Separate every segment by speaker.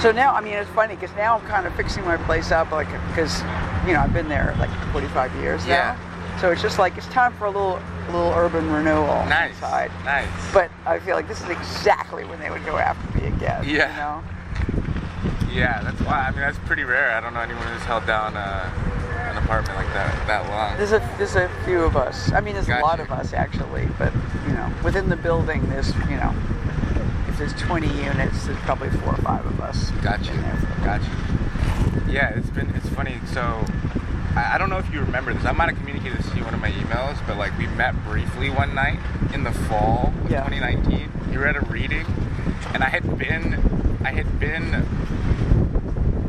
Speaker 1: So now, I mean, it's funny because now I'm kind of fixing my place up, like because you know I've been there like 45 years
Speaker 2: Yeah.
Speaker 1: now. So it's just like it's time for a little a little urban renewal
Speaker 2: Nice.
Speaker 1: inside.
Speaker 2: Nice.
Speaker 1: But I feel like this is exactly when they would go after me again.
Speaker 2: Yeah.
Speaker 1: You know?
Speaker 2: yeah, that's why. I mean, that's pretty rare. I don't know anyone who's held down uh, an apartment like that that long.
Speaker 1: There's a there's a few of us. I mean, there's a lot
Speaker 2: Gotcha.
Speaker 1: of us actually, but you know, within the building, there's you know, if there's 20 units, there's probably four or five of us.
Speaker 2: Got you.
Speaker 1: in there.
Speaker 2: Got you. Yeah, it's been it's funny. So I, I don't know if you remember this. I might have communicated this to you in one of my emails, but like we met briefly one night in the fall of
Speaker 1: Yeah.
Speaker 2: 2019. You were at a reading, and I had been I had been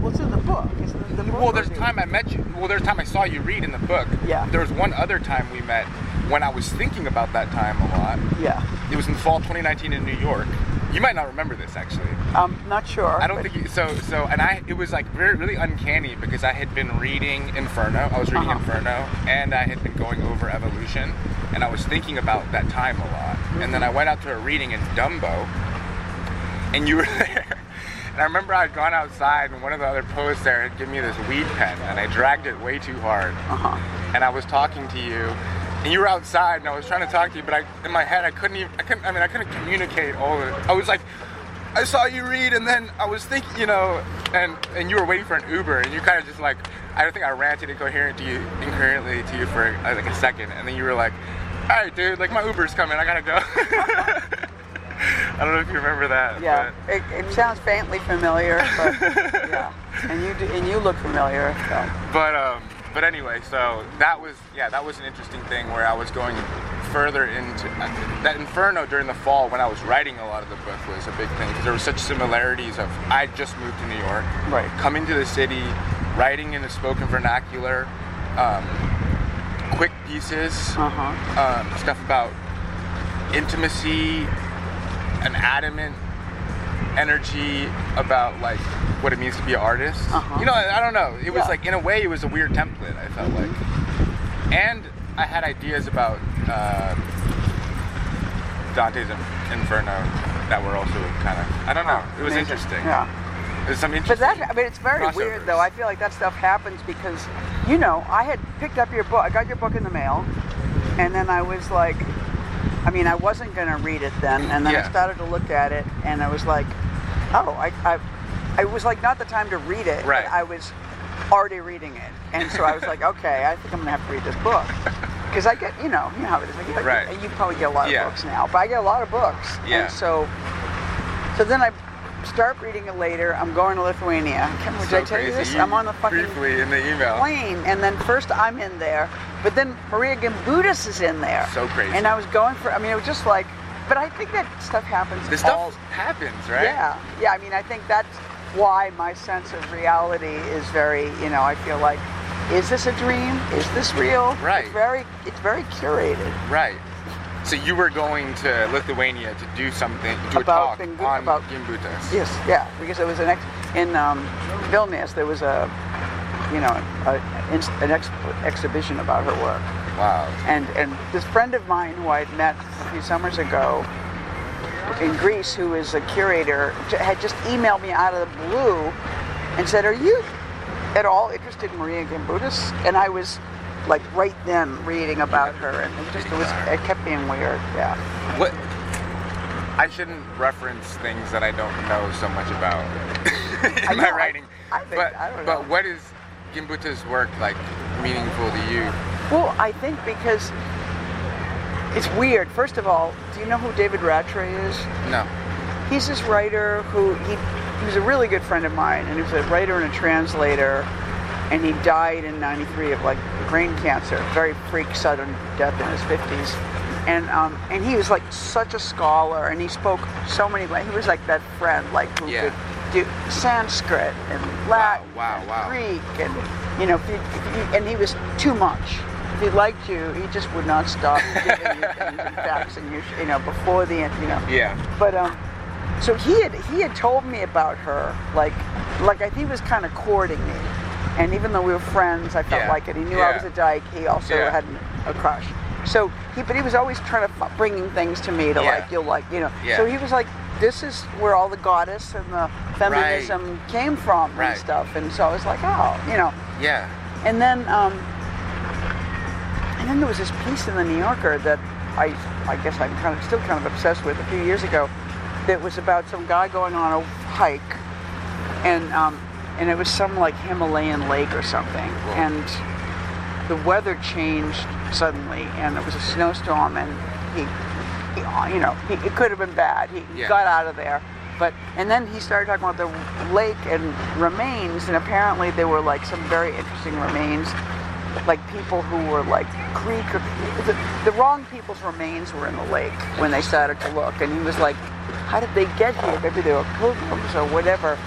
Speaker 1: Well, it's in the book. It's in the, the book
Speaker 2: Well, there's
Speaker 1: review.
Speaker 2: time I met you. Well, there's time I saw you read in the book.
Speaker 1: Yeah.
Speaker 2: There was one other time we met when I was thinking about that time a lot.
Speaker 1: Yeah,
Speaker 2: It was in the fall 2019 in New York. You might not remember this actually.
Speaker 1: I'm not sure.
Speaker 2: I don't
Speaker 1: but-
Speaker 2: think you, so. So, and I, it was like very, really uncanny because I had been reading Inferno. I was reading
Speaker 1: Uh-huh.
Speaker 2: Inferno, and I had been going over Evolution, and I was thinking about that time a lot. And then I went out to a reading in Dumbo, and you were there. And I remember I'd gone outside, and one of the other poets there had given me this weed pen, and I dragged it way too hard.
Speaker 1: Uh-huh.
Speaker 2: And I was talking to you, and you were outside, and I was trying to talk to you, but I, in my head, I couldn't even. I couldn't. I mean, I couldn't communicate all of it. I was like, I saw you read, and then I was thinking, you know, and and you were waiting for an Uber, and you kind of just like, I think I ranted incoherent to you, incoherently to you for uh, like a second, and then you were like, all right, dude, like my Uber's coming, I gotta go. I don't know if you remember that.
Speaker 1: Yeah,
Speaker 2: but-
Speaker 1: it, it sounds faintly familiar, but yeah, and you do, and you look familiar. So.
Speaker 2: But um, but anyway, so that was yeah, that was an interesting thing where I was going further into uh, that Inferno during the fall when I was writing a lot of the book was a big thing because there were such similarities of I just moved to New York,
Speaker 1: Right.
Speaker 2: coming to the city, writing in the spoken vernacular, um, quick pieces,
Speaker 1: Uh huh.
Speaker 2: um, stuff about intimacy, an adamant energy about like what it means to be an artist.
Speaker 1: Uh-huh.
Speaker 2: You know, I, I don't know. It was
Speaker 1: Yeah.
Speaker 2: like in a way, it was a weird template. I felt like, and I had ideas about uh, Dante's In- Inferno that were also kind of I don't know. It was
Speaker 1: Amazing.
Speaker 2: interesting.
Speaker 1: Yeah.
Speaker 2: There's some
Speaker 1: But
Speaker 2: interesting.
Speaker 1: that, I mean, it's very weird
Speaker 2: crossovers.
Speaker 1: though. I feel like that stuff happens because, you know, I had picked up your book. I got your book in the mail, and then I was like, I mean, I wasn't gonna read it then, and then
Speaker 2: Yeah.
Speaker 1: I started to look at it, and I was like, oh, I, I, it was like not the time to read it.
Speaker 2: Right.
Speaker 1: And I was already reading it, and so I was like, okay, I think I'm gonna have to read this book. Because I get, you know, you know how it is. Like, you,
Speaker 2: Right.
Speaker 1: you probably get a lot of
Speaker 2: Yeah.
Speaker 1: books now, but I get a lot of books.
Speaker 2: Yeah.
Speaker 1: And so so then I start reading it later. I'm going to Lithuania. Can, did
Speaker 2: so
Speaker 1: I tell you
Speaker 2: crazy.
Speaker 1: this? I'm on the fucking
Speaker 2: briefly in the email.
Speaker 1: plane, and then first I'm in there, but then Maria Gimbutas is in there.
Speaker 2: So crazy.
Speaker 1: And I was going for. I mean, it was just like. But I think that stuff happens.
Speaker 2: This
Speaker 1: all-
Speaker 2: stuff happens, right?
Speaker 1: Yeah, yeah. I mean, I think that's why my sense of reality is very. You know, I feel like, is this a dream? Is this real?
Speaker 2: Right.
Speaker 1: It's very. It's very curated.
Speaker 2: Right. So you were going to Lithuania to do something, do a
Speaker 1: About
Speaker 2: talk
Speaker 1: Gimbu-
Speaker 2: on
Speaker 1: about-
Speaker 2: Gimbutas.
Speaker 1: Yes, yeah, because there was an ex in um, Vilnius. There was a, you know, a, an ex- exhibition about her work,
Speaker 2: Wow.
Speaker 1: and and this friend of mine who I had met a few summers ago in Greece, who is a curator, j- had just emailed me out of the blue and said, "Are you at all interested in Maria Gimbutas?" And I was like right then reading about her, and it just it was it kept being weird. Yeah,
Speaker 2: What? I shouldn't reference things that I don't know so much about in
Speaker 1: I
Speaker 2: my
Speaker 1: know, I-
Speaker 2: writing.
Speaker 1: I think-
Speaker 2: but
Speaker 1: I don't
Speaker 2: but
Speaker 1: know.
Speaker 2: what is Gimbuta's work like meaningful to you?
Speaker 1: Well, I think because it's weird. First of all, do you know who David Rattray is?
Speaker 2: No.
Speaker 1: He's this writer who he, he was a really good friend of mine, and he was a writer and a translator, and he died in '93 of like brain cancer, very freak sudden death in his 50s, and um, and he was like such a scholar, and he spoke so many languages. He was like that friend, like who
Speaker 2: Yeah.
Speaker 1: could do Sanskrit and Latin,
Speaker 2: wow, wow.
Speaker 1: and Greek, and you know, if you, if you- and he was too much. If he liked you, he just would not stop giving you things and facts, and you, you know, before the end, you know.
Speaker 2: Yeah.
Speaker 1: But um, so he had he had told me about her, like like I, he was kind of courting me, and even though we were friends, I felt
Speaker 2: Yeah.
Speaker 1: like it. He knew I was
Speaker 2: Yeah.
Speaker 1: a dyke. He also
Speaker 2: Yeah.
Speaker 1: had a crush. So he, but he was always trying to f- bringing things to me to
Speaker 2: Yeah.
Speaker 1: like you'll like you know.
Speaker 2: Yeah.
Speaker 1: So he was like, this is where all the goddess and the feminism came from
Speaker 2: Right.
Speaker 1: and stuff. And so I was like, oh, you know.
Speaker 2: Yeah.
Speaker 1: And then, um, and then there was this piece in the New Yorker that I, I guess I'm kind of still kind of obsessed with. A few years ago, that was about some guy going on a hike, and um, and it was some like Himalayan lake or something, and the weather changed suddenly, and it was a snowstorm, and he, he you know, he, it could have been bad. He
Speaker 2: Yeah.
Speaker 1: got out of there, but and then he started talking about the lake and remains, and apparently there were like some very interesting remains, like people who were like Greek, or, the, the wrong people's remains were in the lake when they started to look, and he was like, how did they get here? Maybe they were pilgrims or whatever,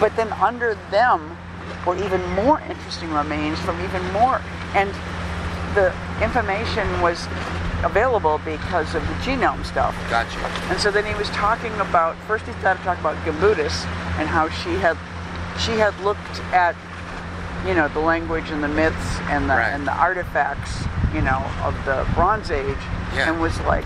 Speaker 1: but then under them were even more interesting remains from even more and the information was available because of the genome stuff.
Speaker 2: Got you.
Speaker 1: And so then he was talking about first he started talking about Gambutis and how she had she had looked at you know the language and the myths and the
Speaker 2: Right.
Speaker 1: and the artifacts you know of the Bronze Age
Speaker 2: Yeah.
Speaker 1: and was like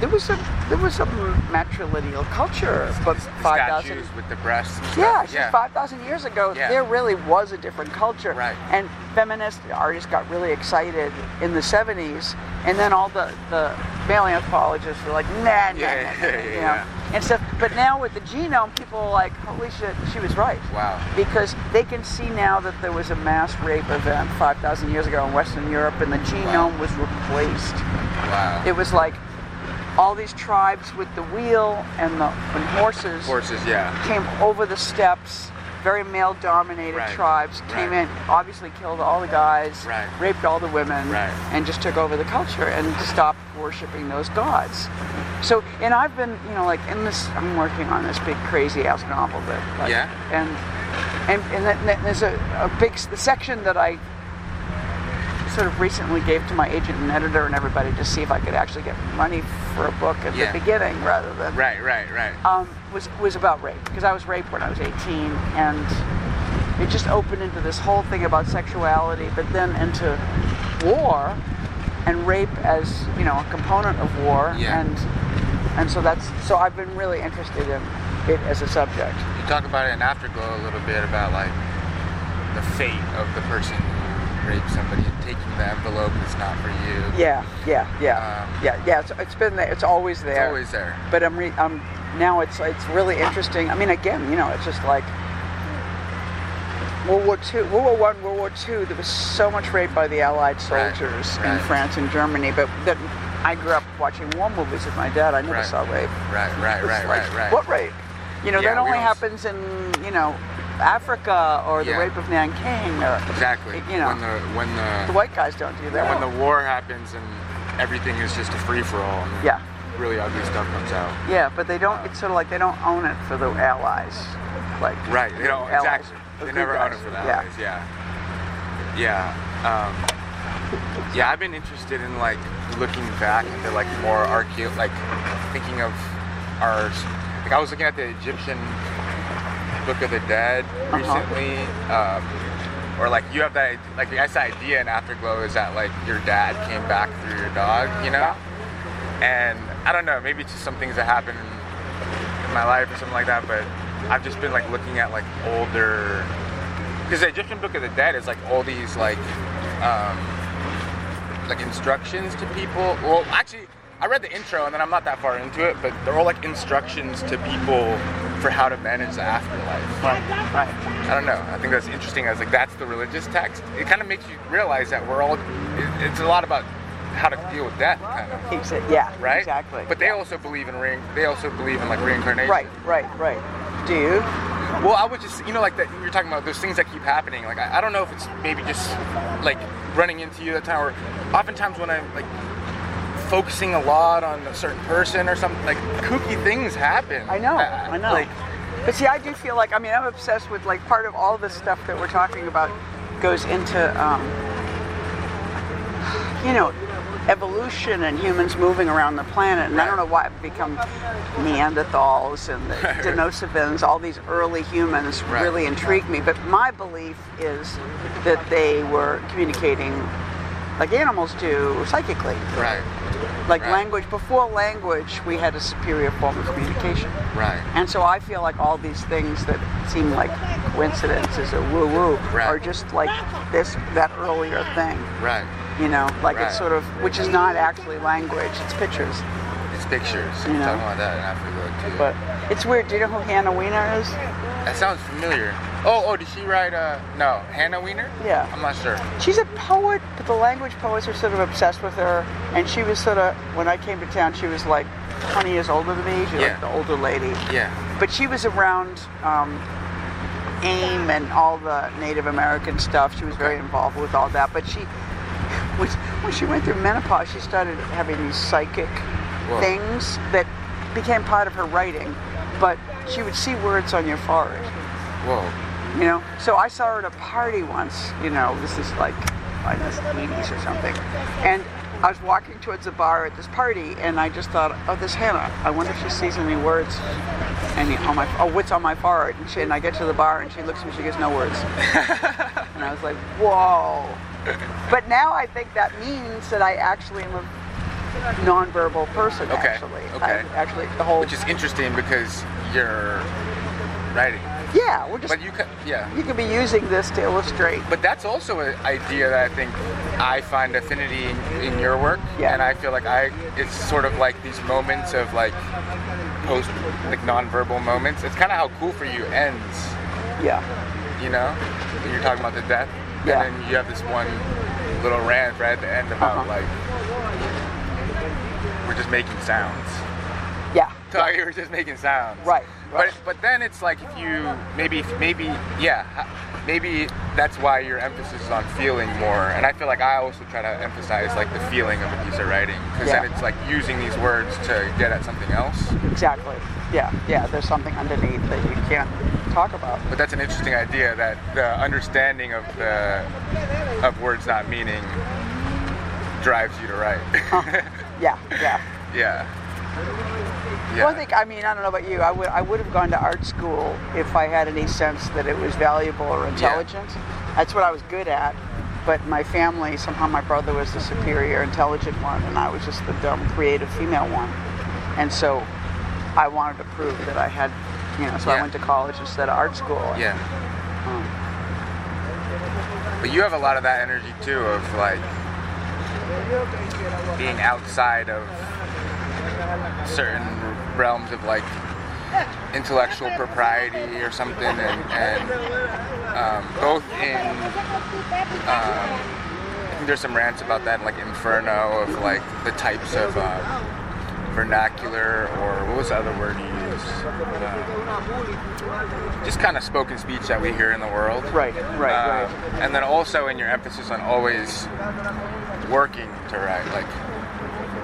Speaker 1: there was a there was a matrilineal culture but
Speaker 2: The
Speaker 1: five thousand
Speaker 2: statues with the breasts. and stuff.
Speaker 1: yeah, it's just 5,000 years ago,
Speaker 2: Yeah.
Speaker 1: there really was a different culture.
Speaker 2: Right.
Speaker 1: And feminist artists got really excited in the 70s, and then all the, the male anthropologists were like, nah, nah,
Speaker 2: Yeah,
Speaker 1: nah, nah,
Speaker 2: yeah,
Speaker 1: nah, you
Speaker 2: yeah,
Speaker 1: know?
Speaker 2: yeah.
Speaker 1: And stuff. But now with the genome, people are like, holy shit, she was right.
Speaker 2: Wow.
Speaker 1: Because they can see now that there was a mass rape event 5,000 years ago in Western Europe, and the genome was replaced.
Speaker 2: Wow.
Speaker 1: It was like all these tribes with the wheel and the and horses
Speaker 2: Horses. Yeah.
Speaker 1: came over the steps. Very male-dominated
Speaker 2: Right.
Speaker 1: tribes came
Speaker 2: Right.
Speaker 1: in, obviously killed all the guys,
Speaker 2: Right.
Speaker 1: raped all the women,
Speaker 2: Right.
Speaker 1: and just took over the culture and stopped worshiping those gods. So, and I've been, you know, like in this, I'm working on this big crazy ass novel that, like,
Speaker 2: Yeah.
Speaker 1: and and and that, that- there's a, a big s- the section that I sort of recently gave to my agent and editor and everybody to see if I could actually get money for a book at
Speaker 2: Yeah.
Speaker 1: the beginning rather than
Speaker 2: Right. Right. Right.
Speaker 1: um, was was about rape because I was raped when I was 18, and it just opened into this whole thing about sexuality, but then into war and rape as you know a component of war,
Speaker 2: Yeah.
Speaker 1: and and so that's so I've been really interested in it as a subject.
Speaker 2: You talk about it in Afterglow a little bit about like the fate of the person who raped somebody and taking the envelope that's not for you.
Speaker 1: Yeah, yeah, yeah,
Speaker 2: Um,
Speaker 1: yeah, yeah. It's, it's been there. It's always
Speaker 2: It's
Speaker 1: there.
Speaker 2: always there.
Speaker 1: but I'm re- I'm now it's it's really interesting. I mean, again, you know, it's just like World War Two, World War One, World War Two. There was so much rape by the Allied
Speaker 2: Right,
Speaker 1: soldiers in
Speaker 2: right.
Speaker 1: France and Germany, but that I grew up watching war movies with my dad. I never
Speaker 2: Right.
Speaker 1: saw rape.
Speaker 2: Right. Right.
Speaker 1: It's
Speaker 2: Right.
Speaker 1: like,
Speaker 2: Right. Right.
Speaker 1: What rape? You know,
Speaker 2: Yeah,
Speaker 1: that
Speaker 2: we
Speaker 1: only
Speaker 2: don't-
Speaker 1: happens in you know Africa or the
Speaker 2: Yeah.
Speaker 1: rape of Nanking. Or,
Speaker 2: Exactly.
Speaker 1: You know,
Speaker 2: When the when
Speaker 1: the
Speaker 2: the,
Speaker 1: white guys don't do that.
Speaker 2: when the war happens and everything is just a free for all.
Speaker 1: Yeah.
Speaker 2: Really ugly stuff comes out.
Speaker 1: yeah, but they don't. It's sort of like they don't own it for the Allies. Like
Speaker 2: Right. You know.
Speaker 1: Allies,
Speaker 2: Exactly.
Speaker 1: the
Speaker 2: They
Speaker 1: good
Speaker 2: never own it
Speaker 1: guys.
Speaker 2: for the allies. Yeah. Yeah. Um, Yeah, I've been interested in like looking back into like more archaeo, like thinking of our. Like I was looking at the Egyptian Book of the Dead recently, um, or like you have that like the nice idea in Afterglow is that like your dad came back through your dog, you know, and I don't know, maybe it's just some things that happened in my life or something like that, but I've just been like looking at like older, because the Egyptian Book of the Dead is like all these like. Um, like instructions to people. Well, actually, I read the intro and then I'm not that far into it, but they're all like instructions to people for how to manage the afterlife.
Speaker 1: Right, right.
Speaker 2: I don't know. I think that's interesting. I was like, that's the religious text. It kind of makes you realize that we're all. it- It's a lot about how to deal with death, kind of.
Speaker 1: Keeps it, yeah.
Speaker 2: Right.
Speaker 1: Exactly.
Speaker 2: But they also believe in re- They also believe in like reincarnation.
Speaker 1: Right, right, right. Do you?
Speaker 2: Well, I would just, you know, like that you're talking about those things that keep happening. Like, I, I don't know if it's maybe just like running into you that time, or oftentimes when I'm like focusing a lot on a certain person or something, like kooky things happen. Ah,
Speaker 1: I know, I know.
Speaker 2: Uh, Like,
Speaker 1: but see, I do feel like I mean I'm obsessed with like part of all the stuff that we're talking about goes into um, you know evolution and humans moving around the planet, and I don't know why I've become Neanderthals and the Denisovans. All these early humans
Speaker 2: Right.
Speaker 1: really intrigue me, but my belief is that they were communicating like animals do psychically
Speaker 2: right.
Speaker 1: Like
Speaker 2: Right.
Speaker 1: language, before language, we had a superior form of communication.
Speaker 2: Right.
Speaker 1: And so I feel like all these things that seem like coincidences or woo woo
Speaker 2: Right.
Speaker 1: are just like this, that earlier thing.
Speaker 2: Right.
Speaker 1: You know, like
Speaker 2: Right.
Speaker 1: it's sort of, which is not actually language, it's pictures.
Speaker 2: It's pictures.
Speaker 1: You know.
Speaker 2: Talking about that after look too.
Speaker 1: But it's weird. Do you know who Hannah Wiener is?
Speaker 2: that sounds familiar. Oh, oh, did she write? Uh, no, Hannah Weiner.
Speaker 1: Yeah.
Speaker 2: I'm not sure.
Speaker 1: She's a poet, but the language poets are sort of obsessed with her. And she was sort of, when I came to town, she was like 20 years older than me. She was
Speaker 2: Yeah.
Speaker 1: like the older lady.
Speaker 2: Yeah.
Speaker 1: But she was around um, AIM and all the Native American stuff. She was very
Speaker 2: Okay.
Speaker 1: involved with all that. But she, when when she went through menopause, she started having these psychic
Speaker 2: Whoa.
Speaker 1: things that became part of her writing. But she would see words on your forehead
Speaker 2: Whoa.
Speaker 1: you know. So I saw her at a party once, you know, this is like I guess eighties or something. And I was walking towards the bar at this party and I just thought, Oh, this Hannah, I wonder if she sees any words and on my oh what's on my forehead and she and I get to the bar and she looks at me, she goes, No words And I was like, Whoa But now I think that means that I actually am a nonverbal person
Speaker 2: Okay,
Speaker 1: actually.
Speaker 2: okay.
Speaker 1: I actually the whole
Speaker 2: Which is interesting because you're writing,
Speaker 1: Yeah, we're just
Speaker 2: but you can, yeah.
Speaker 1: you could be using this to illustrate
Speaker 2: But that's also an idea that I think I find affinity in, in your work,
Speaker 1: Yeah.
Speaker 2: and I feel like I it's sort of like these moments of like post like nonverbal moments. It's kind of how cool for you ends,
Speaker 1: yeah.
Speaker 2: you know. You're talking about the death,
Speaker 1: Yeah.
Speaker 2: and then you have this one little rant right at the end about
Speaker 1: Uh-huh.
Speaker 2: like we're just making sounds.
Speaker 1: Yeah.
Speaker 2: So you were just making sounds.
Speaker 1: Right, right.
Speaker 2: But but then it's like if you maybe maybe yeah ha- maybe that's why your emphasis is on feeling more. And I feel like I also try to emphasize like the feeling of a piece of writing because then
Speaker 1: Yeah.
Speaker 2: it's like using these words to get at something else.
Speaker 1: Exactly. Yeah, yeah. There's something underneath that you can't talk about.
Speaker 2: But that's an interesting idea that the understanding of the of words not meaning drives you to write.
Speaker 1: Yeah, yeah.
Speaker 2: yeah. Yeah.
Speaker 1: Well, I think I mean I don't know about you. I would I would have gone to art school if I had any sense that it was valuable or intelligent. That's what I was good at. But my family somehow my brother was the superior intelligent one, and I was just the dumb creative female one. And so I wanted to prove that I had, you know. So I
Speaker 2: Yeah.
Speaker 1: went to college instead of art school.
Speaker 2: Yeah. But you have a lot of that energy too of like being outside of certain realms of like intellectual propriety or something and, and um, both in um, I think there's some rants about that in like Inferno of like the types of um, vernacular or what was the other word you used? Uh, just kind of spoken speech that we hear in the world.
Speaker 1: Right, right,
Speaker 2: Uh,
Speaker 1: right.
Speaker 2: And then also in your emphasis on always working to write, like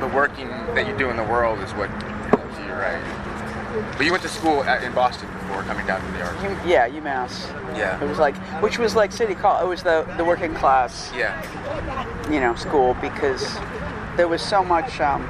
Speaker 2: the working that you do in the world is what helps you write. But you went to school at, in Boston before coming down to New York.
Speaker 1: U- yeah, UMass.
Speaker 2: Yeah.
Speaker 1: It was like, which was like city college. It was the the working class.
Speaker 2: Yeah.
Speaker 1: you know, school because there was so much um,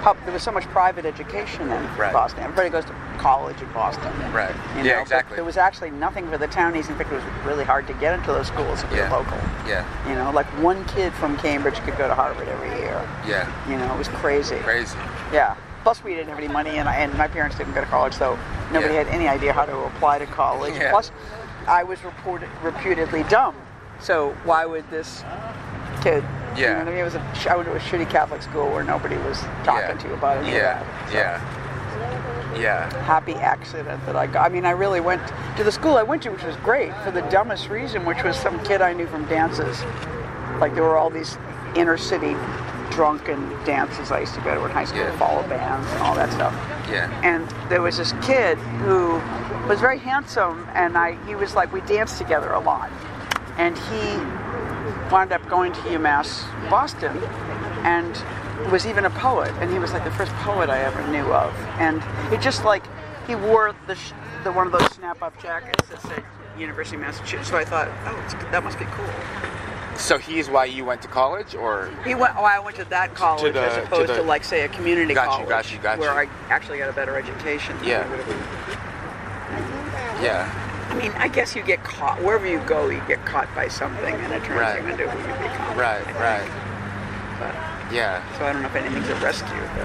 Speaker 1: pub, there was so much private education in
Speaker 2: Right.
Speaker 1: Boston. Everybody goes to college in Boston.
Speaker 2: Right.
Speaker 1: You
Speaker 2: Yeah,
Speaker 1: know, but
Speaker 2: exactly.
Speaker 1: There was actually nothing for the townies. In fact, it was really hard to get into those schools if
Speaker 2: Yeah.
Speaker 1: you're local.
Speaker 2: Yeah.
Speaker 1: You know, like one kid from Cambridge could go to Harvard every year.
Speaker 2: Yeah.
Speaker 1: You know, it was crazy.
Speaker 2: Crazy.
Speaker 1: Yeah. Plus, we didn't have any money, and, I, and my parents didn't go to college, so nobody
Speaker 2: Yeah.
Speaker 1: had any idea how to apply to college.
Speaker 2: Yeah.
Speaker 1: Plus, I was reported, reputedly dumb, so why would this kid? You know
Speaker 2: Yeah.
Speaker 1: what I mean? It was a, sh- I went to a shitty Catholic school where nobody was talking
Speaker 2: yeah.
Speaker 1: to you about any
Speaker 2: Yeah.
Speaker 1: of that. So,
Speaker 2: Yeah. Yeah.
Speaker 1: Happy accident that I got. I mean, I really went to the school I went to, which was great for the dumbest reason, which was some kid I knew from dances. Like there were all these inner city drunken dances I used to go to in high school,
Speaker 2: Yeah.
Speaker 1: follow bands and all that stuff
Speaker 2: Yeah.
Speaker 1: and there was this kid who was very handsome and I he was like we danced together a lot and he wound up going to UMass Boston and was even a poet and he was like the first poet I ever knew of and he just like he wore the, sh- the one of those snap-up jackets that said University of Massachusetts so I thought oh it's, that must be cool
Speaker 2: So he's why you went to college, or
Speaker 1: he went oh I went to that college
Speaker 2: the-
Speaker 1: as
Speaker 2: to
Speaker 1: opposed to,
Speaker 2: the-
Speaker 1: like say a community
Speaker 2: Got you,
Speaker 1: college
Speaker 2: got you, got
Speaker 1: where
Speaker 2: you.
Speaker 1: I actually got a better education than I
Speaker 2: Yeah.
Speaker 1: would have
Speaker 2: yeah,
Speaker 1: I mean, I guess you get caught wherever you go. You get caught by something, and it turns
Speaker 2: Right.
Speaker 1: you into who you become.
Speaker 2: right, right.
Speaker 1: But
Speaker 2: Yeah,
Speaker 1: So I don't know if anything's a rescue. But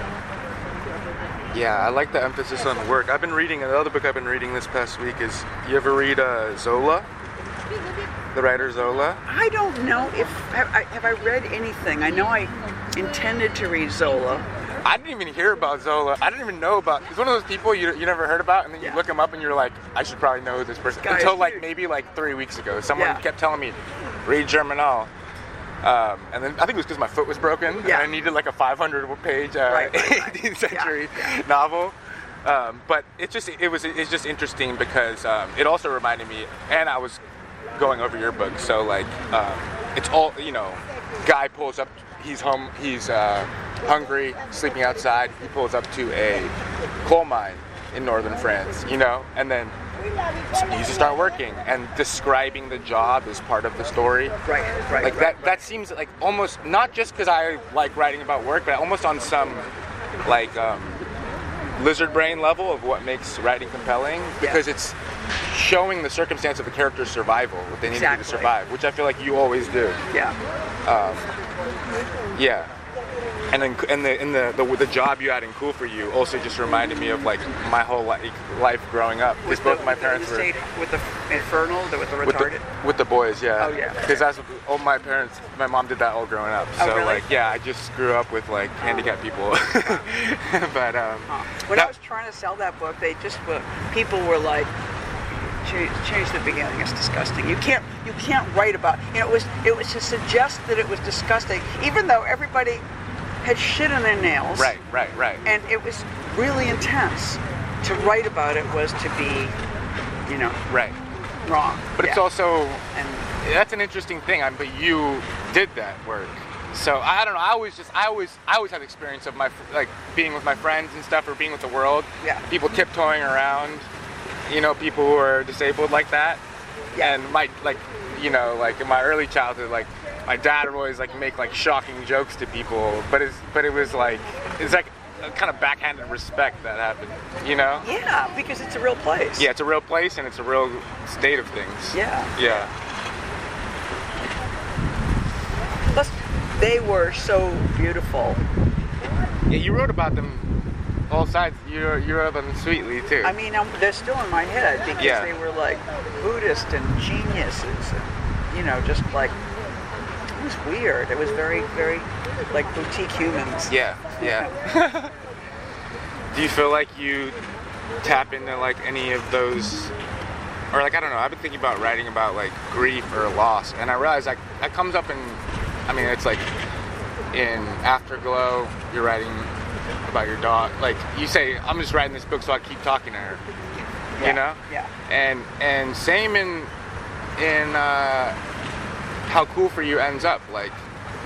Speaker 2: yeah. I like the emphasis on work. I've been reading another book I've been reading this past week is you ever read uh, Zola? The writer Zola.
Speaker 1: I don't know if have I, have I read anything. I know I intended to read Zola.
Speaker 2: I didn't even hear about Zola. I didn't even know about. He's one of those people you, you never heard about, and then you
Speaker 1: Yeah.
Speaker 2: look him up and you're like, I should probably know who this person.
Speaker 1: Guy is
Speaker 2: Until like
Speaker 1: huge.
Speaker 2: maybe like three weeks ago, someone
Speaker 1: Yeah.
Speaker 2: kept telling me, read Germinal. Um, and then I think it was because my foot was broken,
Speaker 1: Yeah.
Speaker 2: and I needed like a 500 page uh,
Speaker 1: Right, right, right.
Speaker 2: 18th century novel. Um, but it just it was it's just interesting because um, it also reminded me, and I was going over your book, so like um, it's all you know. Guy pulls up, he's home, he's uh, hungry, sleeping outside. He pulls up to a coal mine in northern France, you know, and then he needs to start working. And describing the job is part of the story
Speaker 1: Right, right.
Speaker 2: like that that seems like almost not just because i like writing about work but almost on some like um, lizard brain level of what makes writing compelling because it's showing the circumstance of the character's survival what they need to do to
Speaker 1: Exactly.
Speaker 2: survive which i feel like you always do
Speaker 1: Yeah,
Speaker 2: yeah and then and the in the, the the job you had in cool for you also just reminded me of like my whole like, life growing up because both
Speaker 1: the-
Speaker 2: my parents
Speaker 1: the
Speaker 2: were
Speaker 1: state- with the infernal, the, with the retarded.
Speaker 2: with the, with the boys, yeah.
Speaker 1: Oh, yeah.
Speaker 2: Because that's what all my parents, my mom did that all growing up.
Speaker 1: Oh,
Speaker 2: so
Speaker 1: really? Oh.
Speaker 2: like, yeah, I just grew up with like handicapped people. but um,
Speaker 1: When I
Speaker 2: that-
Speaker 1: was trying to sell that book, they just were, people were like, change, change the beginning. It's disgusting. You can't you can't write about. You know, it was it was to suggest that it was disgusting, even though everybody had shit in their nails.
Speaker 2: right, right, right.
Speaker 1: And it was really intense. To write about it was to be, you know,
Speaker 2: right.
Speaker 1: wrong.
Speaker 2: But it's
Speaker 1: Yeah.
Speaker 2: also
Speaker 1: and
Speaker 2: that's an interesting thing. I'm, but you did that work. So I don't know. I always just I always I always have experience of my fr- like being with my friends and stuff, or being with the world.
Speaker 1: Yeah.
Speaker 2: People tiptoeing around, you know, people who are disabled like that.
Speaker 1: Yeah.
Speaker 2: And my like, you know, like in my early childhood, like my dad would always like make like shocking jokes to people, but it's but it was like it's like a kind of backhanded respect that happened, you know.
Speaker 1: yeah, because it's a real place.
Speaker 2: Yeah, it's a real place and it's a real state of things.
Speaker 1: Yeah.
Speaker 2: Yeah.
Speaker 1: Plus, they were so beautiful.
Speaker 2: Yeah, you wrote about them all sides. You wrote- you wrote about them sweetly too.
Speaker 1: I mean, i they're still in my head because
Speaker 2: Yeah.
Speaker 1: they were like Buddhist and geniuses, and you know, just like it was weird. It was very, very like boutique humans.
Speaker 2: yeah, yeah. Do you feel like you tap into like any of those, or like I don't know? I've been thinking about writing about like grief or loss, and I realize like that comes up in, I mean, it's like in Afterglow. You're writing about your dog. Like you say, I'm just writing this book so I keep talking to her.
Speaker 1: Yeah,
Speaker 2: You know?
Speaker 1: yeah.
Speaker 2: and and same in in uh, how cool for you ends up like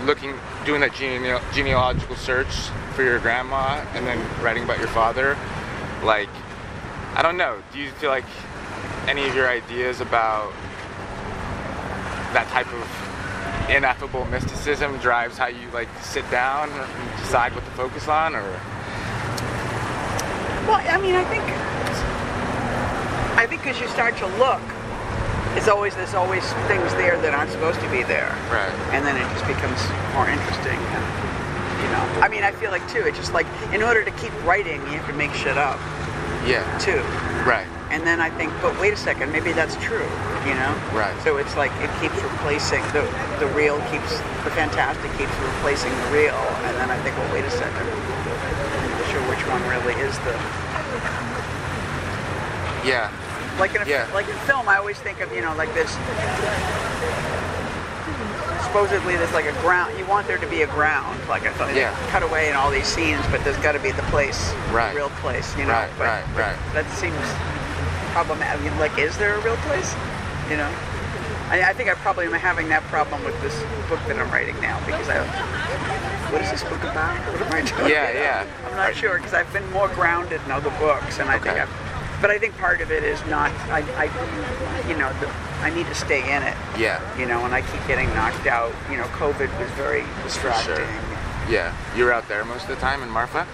Speaker 2: looking doing that genea- genealogical search for your grandma and then writing about your father like i don't know do you feel like any of your ideas about that type of ineffable mysticism drives how you like sit down and decide what to focus on or
Speaker 1: Well, I mean, I think I think as you start to look, it's always there's always things there that aren't supposed to be there.
Speaker 2: Right.
Speaker 1: And then it just becomes more interesting. And, you know, I mean, I feel like too. It's just like in order to keep writing, you have to make shit up
Speaker 2: yeah
Speaker 1: too.
Speaker 2: right
Speaker 1: And then I think, but wait a second, maybe that's true, you know?
Speaker 2: Right.
Speaker 1: So it's like it keeps replacing the the real keeps the fantastic keeps replacing the real, and then I think, well, wait a second, I'm not sure which one really is the
Speaker 2: yeah
Speaker 1: like in a,
Speaker 2: Yeah.
Speaker 1: like in film. I always think of you know like this. Supposedly, there's like a ground. You want there to be a ground, like I thought.
Speaker 2: Yeah.
Speaker 1: Cut away in all these scenes, but there's got to be the place,
Speaker 2: Right.
Speaker 1: the real place, you know.
Speaker 2: Right,
Speaker 1: but,
Speaker 2: right,
Speaker 1: but
Speaker 2: right.
Speaker 1: That seems problematic. I mean, like, is there a real place? You know. I, I think I probably am having that problem with this book that I'm writing now because I. What is this book about? What am I doing?
Speaker 2: Yeah,
Speaker 1: You know?
Speaker 2: yeah.
Speaker 1: I'm not sure because I've been more grounded in other books, and I think
Speaker 2: Okay.
Speaker 1: I've. But I think part of it is not. I, I you know, the, I need to stay in it.
Speaker 2: yeah
Speaker 1: You know, and I keep getting knocked out. You know, COVID was very distracting.
Speaker 2: yeah you were out there most of the time in marfa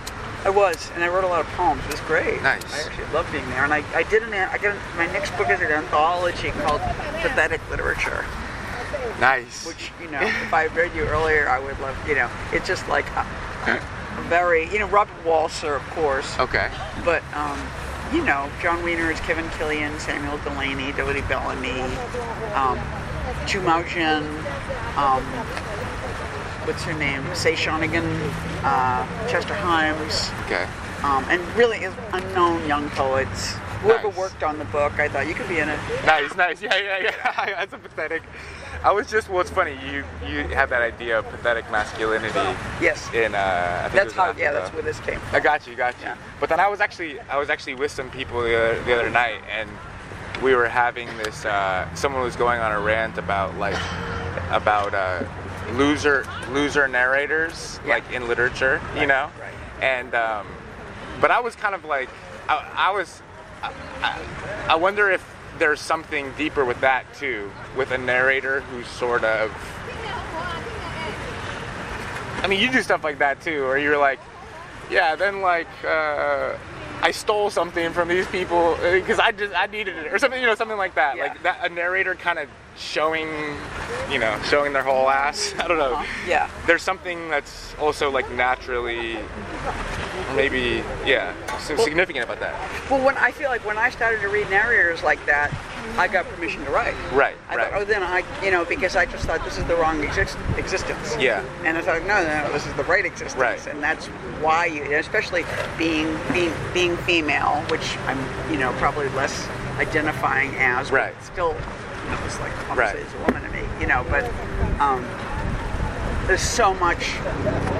Speaker 1: I was, and I wrote a lot of poems. It was great.
Speaker 2: Nice.
Speaker 1: I actually loved being there, and I, I did an. I got an, my next book is an anthology called Pathetic Literature,
Speaker 2: Nice.
Speaker 1: which you know if i read you earlier i would love you know it's just like a, a very you know robert walser of course
Speaker 2: Oh.
Speaker 3: Okay.
Speaker 1: but um you know john Wieners, kevin killian samuel delaney Dodie bellamy um chumao jin um what's her name say shonigan uh, chester himes
Speaker 3: Okay.
Speaker 1: um, and really is unknown young poets whoever
Speaker 3: Nice.
Speaker 1: worked on the book i thought you could be in it
Speaker 2: Nice, nice. Yeah, yeah, yeah. That's a pathetic. I was just. Well, it's funny. You you have that idea of pathetic masculinity
Speaker 1: yes
Speaker 2: in. Uh, I think it
Speaker 1: that's
Speaker 2: was
Speaker 1: how
Speaker 2: Africa.
Speaker 1: yeah that's where this came
Speaker 2: I
Speaker 1: from
Speaker 2: got you, got you.
Speaker 1: Yeah.
Speaker 2: But then I was actually I was actually with some people the other, the other night, and we were having this. Uh, someone was going on a rant about like about uh, loser loser narrators,
Speaker 1: Yeah.
Speaker 2: like in literature, you know.
Speaker 1: right.
Speaker 2: And um, but I was kind of like I, I was I wonder if there's something deeper with that too, with a narrator who's sort of. I mean, you do stuff like that too, or you're like, yeah, then like, uh, I stole something from these people because I just I needed it, or something, you know, something like that.
Speaker 1: Yeah.
Speaker 2: Like that, a narrator kind of showing, you know, showing their whole ass. I don't know.
Speaker 1: Uh-huh. yeah
Speaker 2: There's something that's also like naturally, maybe, yeah, so significant about that.
Speaker 1: Well, when I feel like when I started to read narrators like that, I got permission to write.
Speaker 2: Right,
Speaker 1: I
Speaker 2: right.
Speaker 1: thought, oh, then I, you know, because I just thought this is the wrong exist- existence.
Speaker 2: Yeah.
Speaker 1: And I thought, no, no, this is the right existence,
Speaker 2: Right.
Speaker 1: and that's why you, and especially being being being female, which I'm, you know, probably less identifying as, but
Speaker 2: Right.
Speaker 1: Still, you know, it's like
Speaker 2: Right.
Speaker 1: obviously it's a woman to me, you know, but. Um, there's so much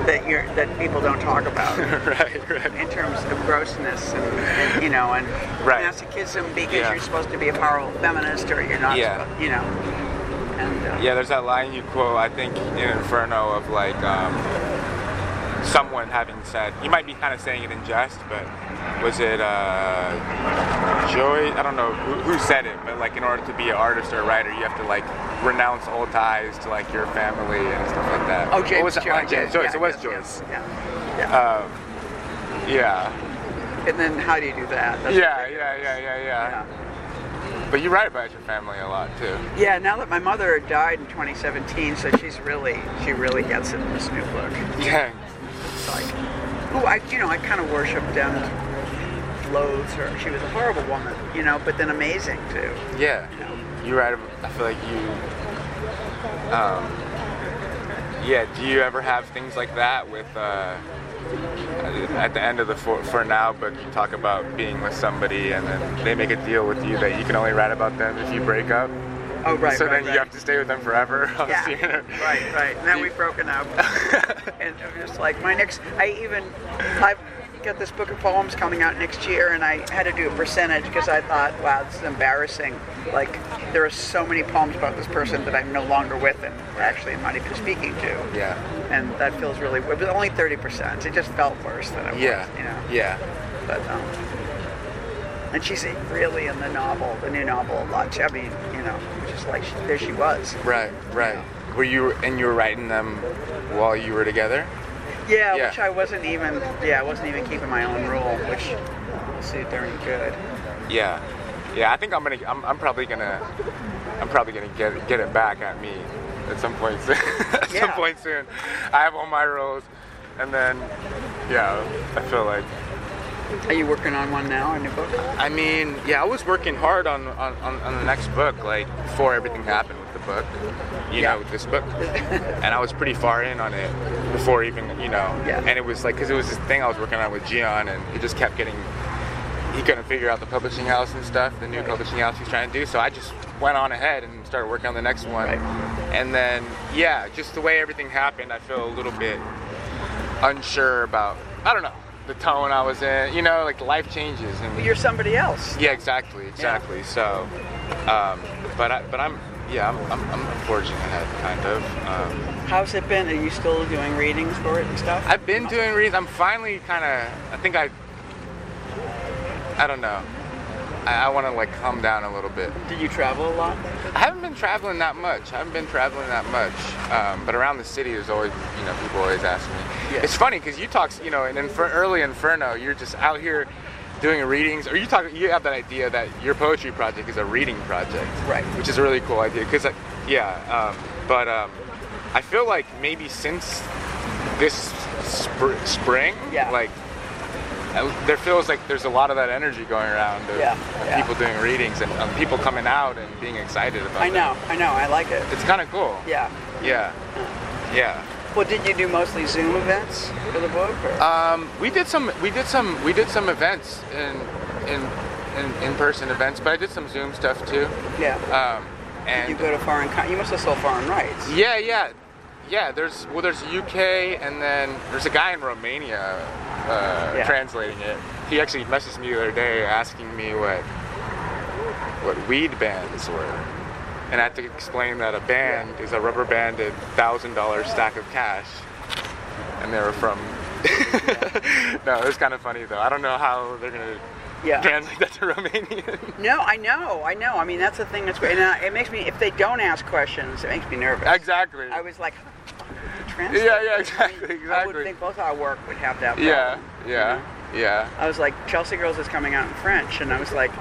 Speaker 1: that you're that people don't talk about
Speaker 2: right, right.
Speaker 1: in terms of grossness and, and you know and
Speaker 2: Right.
Speaker 1: masochism because
Speaker 2: Yeah.
Speaker 1: you're supposed to be a powerful feminist or you're not
Speaker 2: Yeah.
Speaker 1: suppo- you know and uh,
Speaker 2: Yeah, there's that line you quote, I think, in Inferno of like um, someone having said, you might be kind of saying it in jest, but was it uh, Joy? I don't know who, who said it, but like in order to be an artist or a writer, you have to like renounce all ties to like your family and stuff like that.
Speaker 1: oh James
Speaker 2: What was that
Speaker 1: Joyce,
Speaker 2: line? James
Speaker 1: yeah,
Speaker 2: Joyce.
Speaker 1: yeah,
Speaker 2: it was
Speaker 1: yeah,
Speaker 2: Joyce.
Speaker 1: yeah, yeah.
Speaker 2: Yeah.
Speaker 1: and then how do you do that That's
Speaker 2: Yeah,
Speaker 1: ridiculous.
Speaker 2: yeah, yeah, yeah, yeah.
Speaker 1: yeah
Speaker 2: But you write about your family a lot too.
Speaker 1: Yeah, now that my mother died in 2017 so she's really she really gets it in this new book
Speaker 2: Yeah.
Speaker 1: it's like ooh I you know I kind of worshipped and loathed her she was a horrible woman you know but then amazing too
Speaker 2: Yeah.
Speaker 1: you know
Speaker 2: You write. ab- I feel like you. Um, yeah. Do you ever have things like that with? Uh, at the end of the for, for now book, you talk about being with somebody, and then they make a deal with you that you can only write about them if you break up.
Speaker 1: oh right
Speaker 2: so
Speaker 1: right,
Speaker 2: then
Speaker 1: right.
Speaker 2: you have to stay with them forever. else
Speaker 1: Yeah.
Speaker 2: you're gonna-
Speaker 1: right, right. Now we've broken up. and I'm just like, my next, I even, I've got this book of poems coming out next year, and I had to do a percentage because I thought, wow, this is embarrassing. Like, there are so many poems about this person that I'm no longer with and actually I'm not even speaking to.
Speaker 2: Yeah.
Speaker 1: And that feels really, it was only 30%. It just felt worse than it
Speaker 2: Yeah.
Speaker 1: was, you know?
Speaker 2: Yeah.
Speaker 1: But, um, and she's really in the novel, the new novel, a lot. I mean, you know, just like she, there she was.
Speaker 2: Right. Right. Were you and you were writing them while you were together?
Speaker 1: Yeah,
Speaker 2: Yeah.
Speaker 1: which I wasn't even. Yeah, I wasn't even keeping my own rule, which we'll see if they're any good.
Speaker 2: Yeah, yeah. I think I'm gonna. I'm, I'm probably gonna. I'm probably gonna get it- get it back at me at some point soon. at some
Speaker 1: Yeah.
Speaker 2: point soon. I have all my roles, and then yeah, I feel like.
Speaker 1: Are you working on one now, a new book?
Speaker 2: I mean, yeah, I was working hard on on, on, on the next book, like before everything happened with the book, you
Speaker 1: Yeah.
Speaker 2: know, with this book, and I was pretty far in on it before even you know,
Speaker 1: Yeah.
Speaker 2: and it was like because it was this thing I was working on with Gian, and it just kept getting. He couldn't figure out the publishing house and stuff, the new publishing house he's trying to do. So I just went on ahead and started working on the next one,
Speaker 1: Right.
Speaker 2: and then yeah, just the way everything happened, I feel a little bit unsure about. I don't know the tone I was in, you know, like life changes and
Speaker 1: But you're somebody else.
Speaker 2: yeah, exactly, exactly. So, um, but I, but I'm, yeah, I'm, I'm, I'm forging ahead, kind of. Um,
Speaker 1: How's it been? Are you still doing readings for it and stuff?
Speaker 2: I've been doing reads. I'm finally kind of. I think I. I don't know. I, I want to like calm down a little bit.
Speaker 1: Do you travel a lot?
Speaker 2: I haven't been traveling that much. I haven't been traveling that much. Um, but around the city, there's always, you know, people always ask me.
Speaker 1: Yeah.
Speaker 2: It's funny because you talk, you know, in Infer- early Inferno, you're just out here doing readings. Or you talk, you have that idea that your poetry project is a reading project,
Speaker 1: Right.
Speaker 2: Which is a really cool idea because, yeah. Um, but um, I feel like maybe since this spr- spring,
Speaker 1: Yeah.
Speaker 2: like I- there feels like there's a lot of that energy going around of,
Speaker 1: Yeah,
Speaker 2: of
Speaker 1: yeah.
Speaker 2: people doing readings and um, people coming out and being excited about.
Speaker 1: I
Speaker 2: that.
Speaker 1: know, I know, I like it.
Speaker 2: It's kind of cool.
Speaker 1: Yeah.
Speaker 2: Yeah. Yeah.
Speaker 1: Well, did you do mostly Zoom events for the book? Or?
Speaker 2: Um, we did some. We did some. We did some events in in in in-person events, but I did some Zoom stuff too.
Speaker 1: yeah.
Speaker 2: Um, and
Speaker 1: you go to foreign. Con- you must have sold foreign rights.
Speaker 2: yeah, yeah, yeah. There's well, there's UK, and then there's a guy in Romania uh,
Speaker 1: Yeah.
Speaker 2: translating it. He actually messaged me the other day asking me what what weed bands were. And I had to explain that a band is a rubber banded thousand dollar stack of cash. And they were from. no, it was kind of funny though. I don't know how they're gonna
Speaker 1: Yeah.
Speaker 2: translate that to Romanian.
Speaker 1: No, I know, I know. I mean, that's the thing that's great. And uh, it makes me, if they don't ask questions, it makes me nervous.
Speaker 2: exactly.
Speaker 1: I was like, translate.
Speaker 2: Yeah, yeah,
Speaker 1: this?"
Speaker 2: exactly,
Speaker 1: I would
Speaker 2: exactly.
Speaker 1: think both our work would have that. Problem,
Speaker 2: yeah,
Speaker 1: you
Speaker 2: yeah,
Speaker 1: know?
Speaker 2: yeah.
Speaker 1: I was like, Chelsea Girls is coming out in French, and I was like,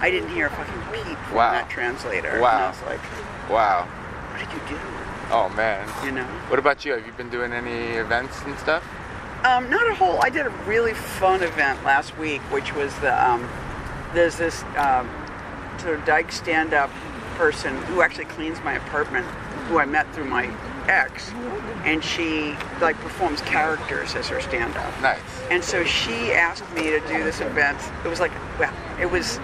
Speaker 1: I didn't hear a fucking peep from
Speaker 2: Wow.
Speaker 1: that translator. And I
Speaker 2: Wow.
Speaker 1: was like,
Speaker 2: Wow.
Speaker 1: what did you do?
Speaker 2: Oh man.
Speaker 1: You know?
Speaker 2: What about you? Have you been doing any events and stuff?
Speaker 1: Um, not a whole. I did a really fun event last week, which was the um, there's this um, sort of dyke stand-up person who actually cleans my apartment, who I met through my ex, and she like performs characters as her stand-up.
Speaker 2: Nice.
Speaker 1: And so she asked me to do this event. It was like, well, it was,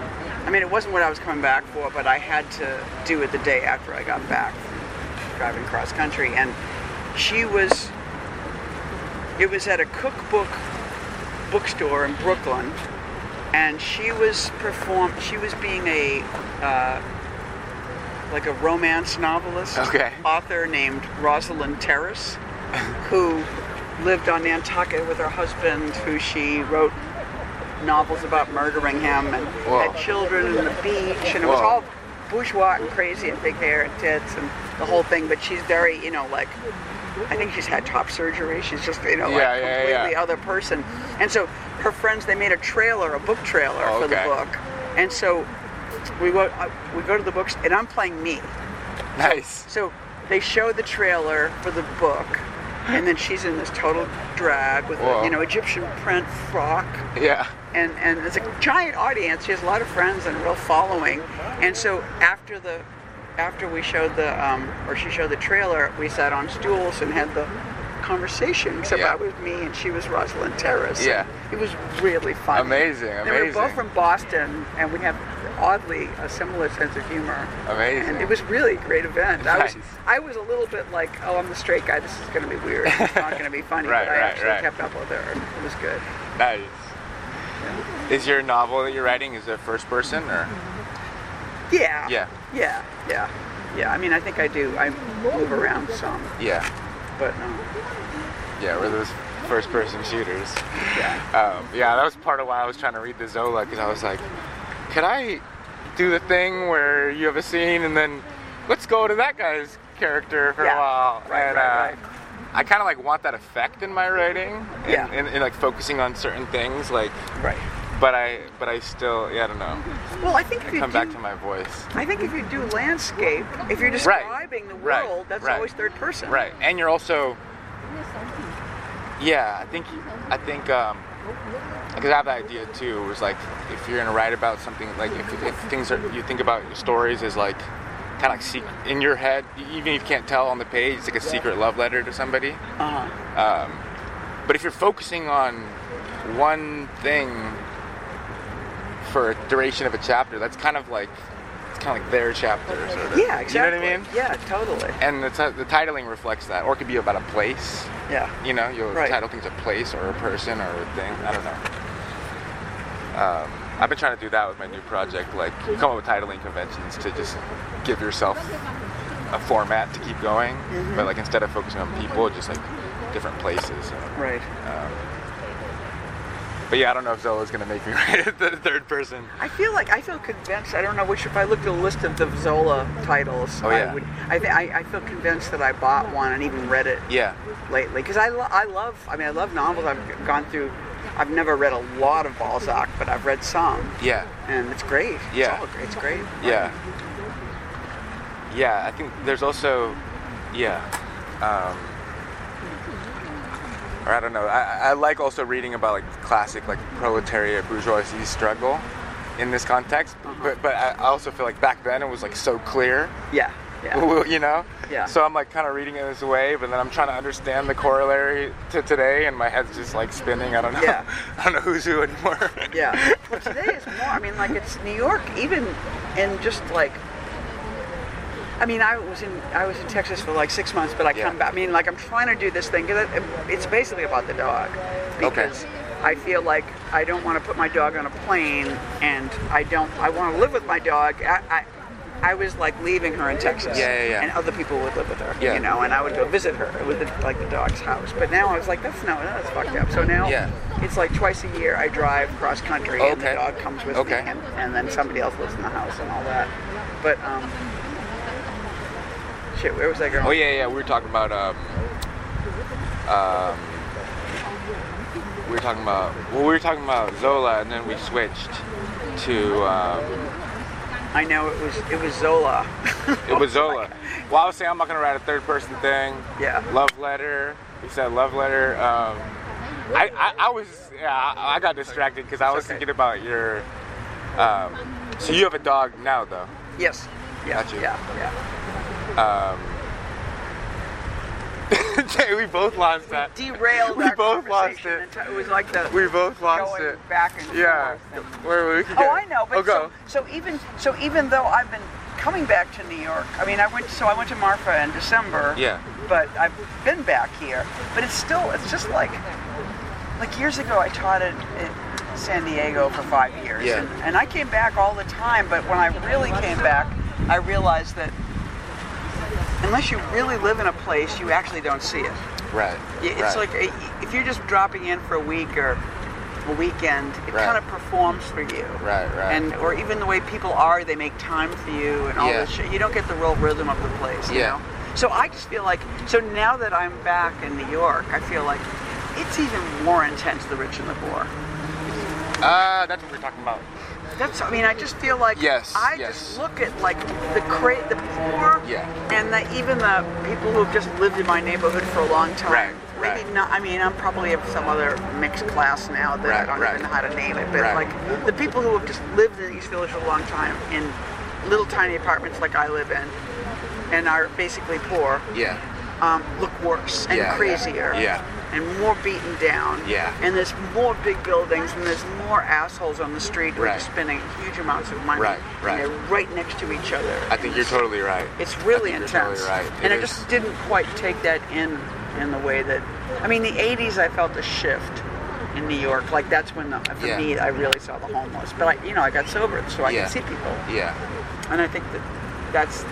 Speaker 1: I mean, it wasn't what I was coming back for, but I had to do it the day after I got back from driving cross country. And she was, it was at a cookbook bookstore in Brooklyn. And she was perform. She was being a uh, like a romance novelist,
Speaker 2: Okay.
Speaker 1: author named Rosalind Terrace who lived on Nantucket with her husband, who she wrote novels about murdering him and
Speaker 2: Whoa.
Speaker 1: had children and the beach, and it was
Speaker 2: Whoa.
Speaker 1: all bourgeois and crazy and big hair and tits and the whole thing. But she's very, you know, like I think she's had top surgery. She's just, you know, like
Speaker 2: Yeah, yeah, yeah.
Speaker 1: completely other person. And so her friends, they made a trailer, a book trailer for the
Speaker 2: Oh, Okay.
Speaker 1: book, and so we go, uh, we go to the books, and I'm playing me.
Speaker 2: Nice.
Speaker 1: So they show the trailer for the book, and then she's in this total drag with a,
Speaker 2: Whoa.
Speaker 1: you know Egyptian print frock,
Speaker 2: Yeah.
Speaker 1: and and it's a giant audience. She has a lot of friends and a real following, and so after the after we showed the um, or she showed the trailer, we sat on stools and had the conversation. Except
Speaker 2: Yeah.
Speaker 1: I was me and she was Rosalind Terrace.
Speaker 2: Yeah.
Speaker 1: it was really fun.
Speaker 2: Amazing,
Speaker 1: And we were both
Speaker 2: amazing.
Speaker 1: from Boston, and we have oddly a similar sense of humor.
Speaker 2: Amazing.
Speaker 1: And it was really a great event. I was
Speaker 2: Nice.
Speaker 1: I was a little bit like, oh, I'm the straight guy. This is going to be weird. It's not going to be funny.
Speaker 2: Right,
Speaker 1: but I
Speaker 2: right,
Speaker 1: actually
Speaker 2: right.
Speaker 1: kept up with her. It was good.
Speaker 2: Nice. Is your novel that you're writing is it first person or?
Speaker 1: Mm-hmm. Yeah.
Speaker 2: Yeah.
Speaker 1: Yeah. Yeah. Yeah. I mean, I think I do. I move around some,
Speaker 2: Yeah.
Speaker 1: but um, no.
Speaker 2: Yeah. We're those first person shooters.
Speaker 1: Yeah.
Speaker 2: Um, yeah, that was part of why I was trying to read the Zola because I was like, could I do the thing where you have a scene and then let's go to that guy's character for
Speaker 1: Yeah.
Speaker 2: a while?
Speaker 1: Right,
Speaker 2: and
Speaker 1: right,
Speaker 2: uh,
Speaker 1: right.
Speaker 2: I kind of like want that effect in my writing. and-
Speaker 1: Yeah.
Speaker 2: And, and like focusing on certain things, like,
Speaker 1: Right.
Speaker 2: but I, but I still, yeah, I don't know.
Speaker 1: Well, I think if you
Speaker 2: Come
Speaker 1: do,
Speaker 2: back to my voice.
Speaker 1: I think if you do landscape, if you're describing the
Speaker 2: right,
Speaker 1: world, that's
Speaker 2: right.
Speaker 1: always third person.
Speaker 2: Right, and you're also, yeah, I think, I think, um, because I have that idea too. Was like, if you're gonna write about something, like if, if things are, you think about your stories as like, kind of like secret in your head, e, even if you can't tell on the page, it's like a secret love letter to somebody. Um,
Speaker 1: Uh-huh.
Speaker 2: But if you're focusing on one thing for a duration of a chapter, that's kind of like, it's kind of like their chapter. Sort of.
Speaker 1: Yeah. Exactly.
Speaker 2: You know what I mean?
Speaker 1: Yeah. Totally.
Speaker 2: And the, t- the titling reflects that, or it could be about a place.
Speaker 1: Yeah.
Speaker 2: You know, you'll
Speaker 1: Right.
Speaker 2: title things a place or a person or a thing. I don't know. Um, I've been trying to do that with my new project, like come up with titling conventions to just give yourself a format to keep going. But like instead of focusing on people, just like different places.
Speaker 1: Right.
Speaker 2: But yeah, I don't know if Zola's gonna make me write it the third person.
Speaker 1: I feel like I feel convinced. I don't know which. If I looked at a list of the Zola titles,
Speaker 2: Oh,
Speaker 1: I
Speaker 2: yeah.
Speaker 1: would. I, th- I I feel convinced that I bought one and even read it
Speaker 2: Yeah.
Speaker 1: lately because I lo- I love. I mean, I love novels. I've gone through. I've never read a lot of Balzac, but I've read some,
Speaker 2: Yeah.
Speaker 1: and it's great.
Speaker 2: Yeah.
Speaker 1: it's, all great. it's great.
Speaker 2: Yeah. Yeah, I think there's also, yeah. Um, or I don't know. I, I like also reading about like classic like proletariat bourgeoisie struggle in this context,
Speaker 1: Uh-huh.
Speaker 2: but but I I also feel like back then it was like so clear,
Speaker 1: Yeah, yeah,
Speaker 2: you know.
Speaker 1: Yeah.
Speaker 2: So I'm like kind of reading it this way, but then I'm trying to understand the corollary to today, and my head's just like spinning. I don't know.
Speaker 1: Yeah.
Speaker 2: I don't know who's who anymore.
Speaker 1: yeah. Well, today is more. I mean, like it's New York, even and just like. I mean, I was in I was in Texas for like six months, but I
Speaker 2: Yeah.
Speaker 1: come back. I mean, like I'm trying to do this thing because it, it's basically about the dog. Because I feel like I don't want to put my dog on a plane, and I don't. I want to live with my dog. I, I, I was like leaving her in Texas.
Speaker 2: Yeah, yeah, yeah.
Speaker 1: And other people would live with her.
Speaker 2: Yeah.
Speaker 1: You know, and I would go visit her with the, like the dog's house. But now I was like, that's no, that's fucked up. So now
Speaker 2: Yeah.
Speaker 1: it's like twice a year I drive cross country and the
Speaker 2: Okay.
Speaker 1: dog comes with
Speaker 2: Okay.
Speaker 1: me and, and then somebody else lives in the house and all that. But um shit, where was I going?
Speaker 2: Oh yeah, yeah. We were talking about um, um, we were talking about well, we were talking about Zola, and then we switched to um,
Speaker 1: I know it was it was Zola.
Speaker 2: it was Zola. Well, I was saying I'm not gonna write a third person thing.
Speaker 1: Yeah.
Speaker 2: Love letter. We said love letter. Um, I, I I was yeah I, I got distracted because I was
Speaker 1: okay.
Speaker 2: thinking about your. Um, so you have a dog now though.
Speaker 1: yes. Yeah,
Speaker 2: Gotcha.
Speaker 1: yeah, yeah.
Speaker 2: Jay, we both lost that.
Speaker 1: Derailed
Speaker 2: We
Speaker 1: our
Speaker 2: both lost
Speaker 1: conversation
Speaker 2: it.
Speaker 1: into- It was like the
Speaker 2: We both lost
Speaker 1: going
Speaker 2: it.
Speaker 1: back and
Speaker 2: Yeah.
Speaker 1: forth and-
Speaker 2: Where we
Speaker 1: Oh, I know. But
Speaker 2: oh, go.
Speaker 1: So, so even so, even though I've been coming back to New York, I mean, I went so I went to Marfa in December.
Speaker 2: Yeah.
Speaker 1: But I've been back here, but it's still it's just like like years ago I taught at, at San Diego for five years,
Speaker 2: Yeah.
Speaker 1: and, and I came back all the time. But when I really came back, I realized that unless you really live in a place, you actually don't see it.
Speaker 2: Right.
Speaker 1: Yeah, It's like like uh, if you're just dropping in for a week or a weekend, it
Speaker 2: Right.
Speaker 1: kind of performs for you.
Speaker 2: Right, right.
Speaker 1: And or even the way people are, they make time for you and all
Speaker 2: Yeah.
Speaker 1: this shit. You don't get the real rhythm of the place. You
Speaker 2: Yeah.
Speaker 1: know? So I just feel like so now that I'm back in New York, I feel like it's even more intense the rich and the poor.
Speaker 2: Ah, that's what we're talking about.
Speaker 1: That's I mean I just feel like
Speaker 2: Yes,
Speaker 1: I
Speaker 2: yes.
Speaker 1: just look at like the cra- the poor
Speaker 2: Yeah.
Speaker 1: and the, even the people who have just lived in my neighborhood for a long time.
Speaker 2: Right,
Speaker 1: Maybe
Speaker 2: right.
Speaker 1: not I mean I'm probably of some other mixed class now that I
Speaker 2: Right,
Speaker 1: don't
Speaker 2: right.
Speaker 1: even know how to name it. But
Speaker 2: Right.
Speaker 1: like the people who have just lived in East Village for a long time in little tiny apartments like I live in and are basically poor
Speaker 2: Yeah.
Speaker 1: um, look worse and
Speaker 2: Yeah, yeah,
Speaker 1: crazier
Speaker 2: yeah.
Speaker 1: and more beaten down.
Speaker 2: Yeah.
Speaker 1: And there's more big buildings and there's more assholes on the street who are
Speaker 2: Right.
Speaker 1: just spending huge amounts of money.
Speaker 2: Right, right.
Speaker 1: And they're right next to each other.
Speaker 2: I think you're totally right.
Speaker 1: It's really
Speaker 2: I think you're
Speaker 1: intense.
Speaker 2: totally right.
Speaker 1: And
Speaker 2: It
Speaker 1: I
Speaker 2: is-
Speaker 1: just didn't quite take that in in the way that I mean the 80s I felt a shift in New York like that's when the, for
Speaker 2: Yeah.
Speaker 1: me I really saw the homeless but I you know I got sober so I
Speaker 2: Yeah.
Speaker 1: could see people
Speaker 2: Yeah.
Speaker 1: and I think that that's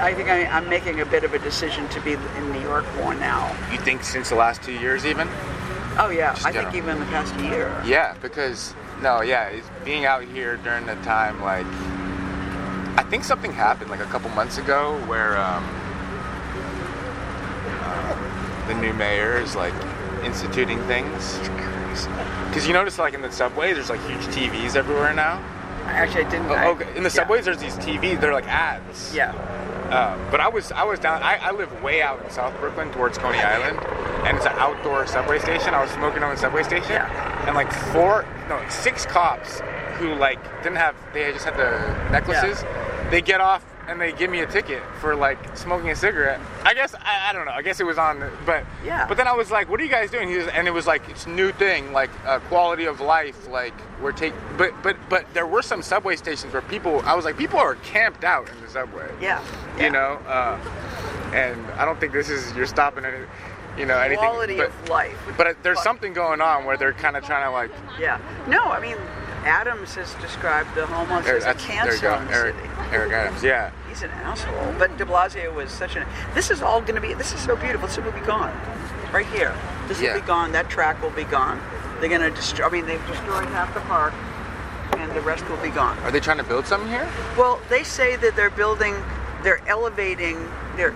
Speaker 1: I think I, I'm making a bit of a decision to be in New York more now
Speaker 2: You think since the last two years, even?
Speaker 1: Oh yeah,
Speaker 2: Just
Speaker 1: I think
Speaker 2: general.
Speaker 1: even in the past year.
Speaker 2: Yeah, because no, yeah, it's being out here during the time like. I think something happened like a couple months ago where um, uh, the new mayor is like instituting things. Because you notice like in the subway, there's like huge TVs everywhere now.
Speaker 1: Actually, I didn't. I-
Speaker 2: Oh, okay, in
Speaker 1: yeah.
Speaker 2: the subways, there's these TVs. They're like ads.
Speaker 1: Yeah.
Speaker 2: Uh, but I was I was down. I, I live way out in South Brooklyn towards Coney Island, and it's an outdoor subway station. I was smoking on the subway station,
Speaker 1: Yeah.
Speaker 2: and like four, no, like six cops who like didn't have they just had the necklaces. They get off and they give me a ticket for like smoking a cigarette. I guess I, I don't know. I guess it was on, the- but
Speaker 1: Yeah.
Speaker 2: But then I was like, "What are you guys doing?" He was, and it was like it's new thing, like uh, quality of life. Like we're taking, but but but there were some subway stations where people. I was like, people are camped out in the subway
Speaker 1: Yeah. yeah.
Speaker 2: you know uh, and i don't think this is you're stopping any, you know anything
Speaker 1: quality
Speaker 2: but,
Speaker 1: of life.
Speaker 2: but it- there's something going on where they're kind of trying to like
Speaker 1: Yeah. No, I mean, Adams has described the homeless
Speaker 2: there,
Speaker 1: as a
Speaker 2: that's, there you
Speaker 1: cancer
Speaker 2: go
Speaker 1: on the
Speaker 2: eric
Speaker 1: city.
Speaker 2: eric adams yeah
Speaker 1: He's an asshole. But De Blasio was such an. This is all going to be. This is so beautiful. This will be gone, right here. This
Speaker 2: Yeah.
Speaker 1: will be gone. That track will be gone. They're going to destroy. I mean, they've destroyed half the park, and the rest will be gone.
Speaker 2: are they trying to build something here
Speaker 1: Well, they say that they're building, they're elevating, they're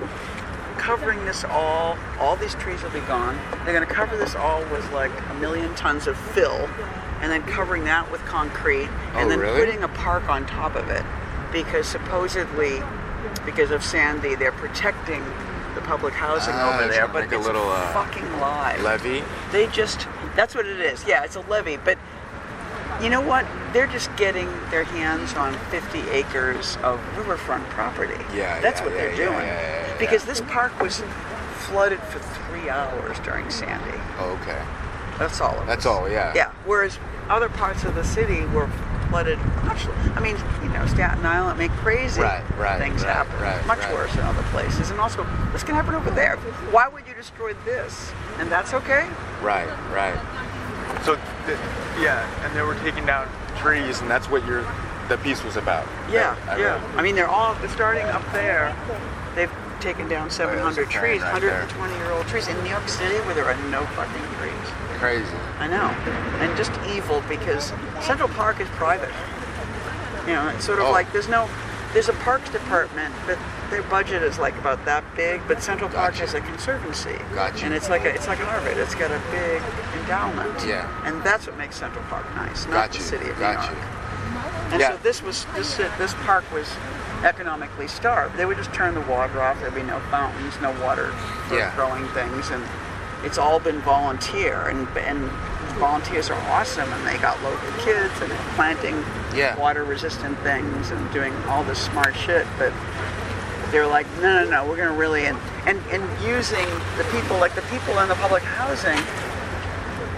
Speaker 1: covering this all. All these trees will be gone. They're going to cover this all with like a million tons of fill, and then covering that with concrete, and
Speaker 2: Oh,
Speaker 1: then
Speaker 2: really?
Speaker 1: putting a park on top of it, because supposedly, because of Sandy, they're protecting the public housing
Speaker 2: Ah,
Speaker 1: over
Speaker 2: it's
Speaker 1: there.
Speaker 2: like
Speaker 1: But
Speaker 2: a
Speaker 1: it's
Speaker 2: little, uh,
Speaker 1: fucking live.
Speaker 2: Levy.
Speaker 1: They just, that's what it is. Yeah, it's a levy. But you know what? They're just getting their hands on 50 acres of riverfront property.
Speaker 2: Yeah,
Speaker 1: That's
Speaker 2: yeah,
Speaker 1: what they're
Speaker 2: yeah, yeah,
Speaker 1: doing.
Speaker 2: yeah, yeah, yeah.
Speaker 1: Because this park was flooded for three hours during Sandy.
Speaker 2: Oh, okay.
Speaker 1: That's all. It
Speaker 2: That's
Speaker 1: was.
Speaker 2: all, yeah.
Speaker 1: Yeah. Whereas other parts of the city were flooded much. I mean, you know, Staten Island made crazy
Speaker 2: Right, right,
Speaker 1: things
Speaker 2: right,
Speaker 1: happen.
Speaker 2: right,
Speaker 1: much
Speaker 2: right.
Speaker 1: worse in other places. And also, this can happen over there. Why would you destroy this? And that's okay.
Speaker 2: Right, right. So, th- yeah, and they were taking down trees, and that's what your the piece was about.
Speaker 1: Yeah,
Speaker 2: I- I
Speaker 1: yeah.
Speaker 2: read.
Speaker 1: I mean, they're all they're starting up there. They've taken down
Speaker 2: there's a
Speaker 1: 700
Speaker 2: train
Speaker 1: trees,
Speaker 2: right
Speaker 1: 120 year old trees in New York City where there are no fucking trees.
Speaker 2: Crazy.
Speaker 1: I know, and just evil because Central Park is private. You know, it's sort of
Speaker 2: Oh.
Speaker 1: like there's no there's a parks department, but their budget is like about that big. But Central Park
Speaker 2: Gotcha.
Speaker 1: is a conservancy,
Speaker 2: Gotcha.
Speaker 1: and it's like a, it's like an orbit. It's got a big endowment.
Speaker 2: Yeah.
Speaker 1: and that's what makes Central Park nice, not
Speaker 2: Got
Speaker 1: the
Speaker 2: you,
Speaker 1: city of
Speaker 2: got
Speaker 1: New
Speaker 2: you.
Speaker 1: York. And
Speaker 2: Yeah.
Speaker 1: so this was this this park was economically starved. They would just turn the water off. There'd be no fountains, no water for
Speaker 2: Yeah.
Speaker 1: growing things, and it's all been volunteer. And and volunteers are awesome, and they got local kids and they're planting
Speaker 2: Yeah.
Speaker 1: water-resistant things and doing all this smart shit. But they were like, no, no, no, we're going to really and, and and using the people like the people in the public housing.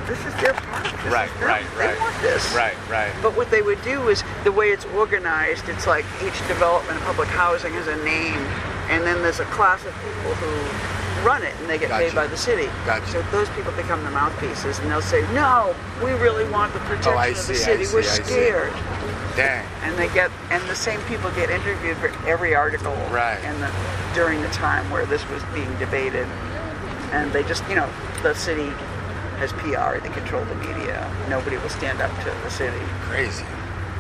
Speaker 1: This is their park. This is
Speaker 2: Right,
Speaker 1: their-
Speaker 2: right,
Speaker 1: they
Speaker 2: right.
Speaker 1: want this.
Speaker 2: Right, right.
Speaker 1: But what they would do is the way it's organized, it's like each development of public housing has a name, and then there's a class of people who run it and they get
Speaker 2: Gotcha.
Speaker 1: paid by the city.
Speaker 2: Gotcha.
Speaker 1: So those people become the mouthpieces and they'll say, No, we really want the protection
Speaker 2: Oh, I
Speaker 1: of the
Speaker 2: see, I
Speaker 1: city.
Speaker 2: see,
Speaker 1: We're
Speaker 2: I see.
Speaker 1: scared.
Speaker 2: Dang.
Speaker 1: And they get and the same people get interviewed for every article
Speaker 2: Right.
Speaker 1: and the, during the time where this was being debated. And they just you know, the city has PR, they control the media. Nobody will stand up to the city
Speaker 2: Crazy.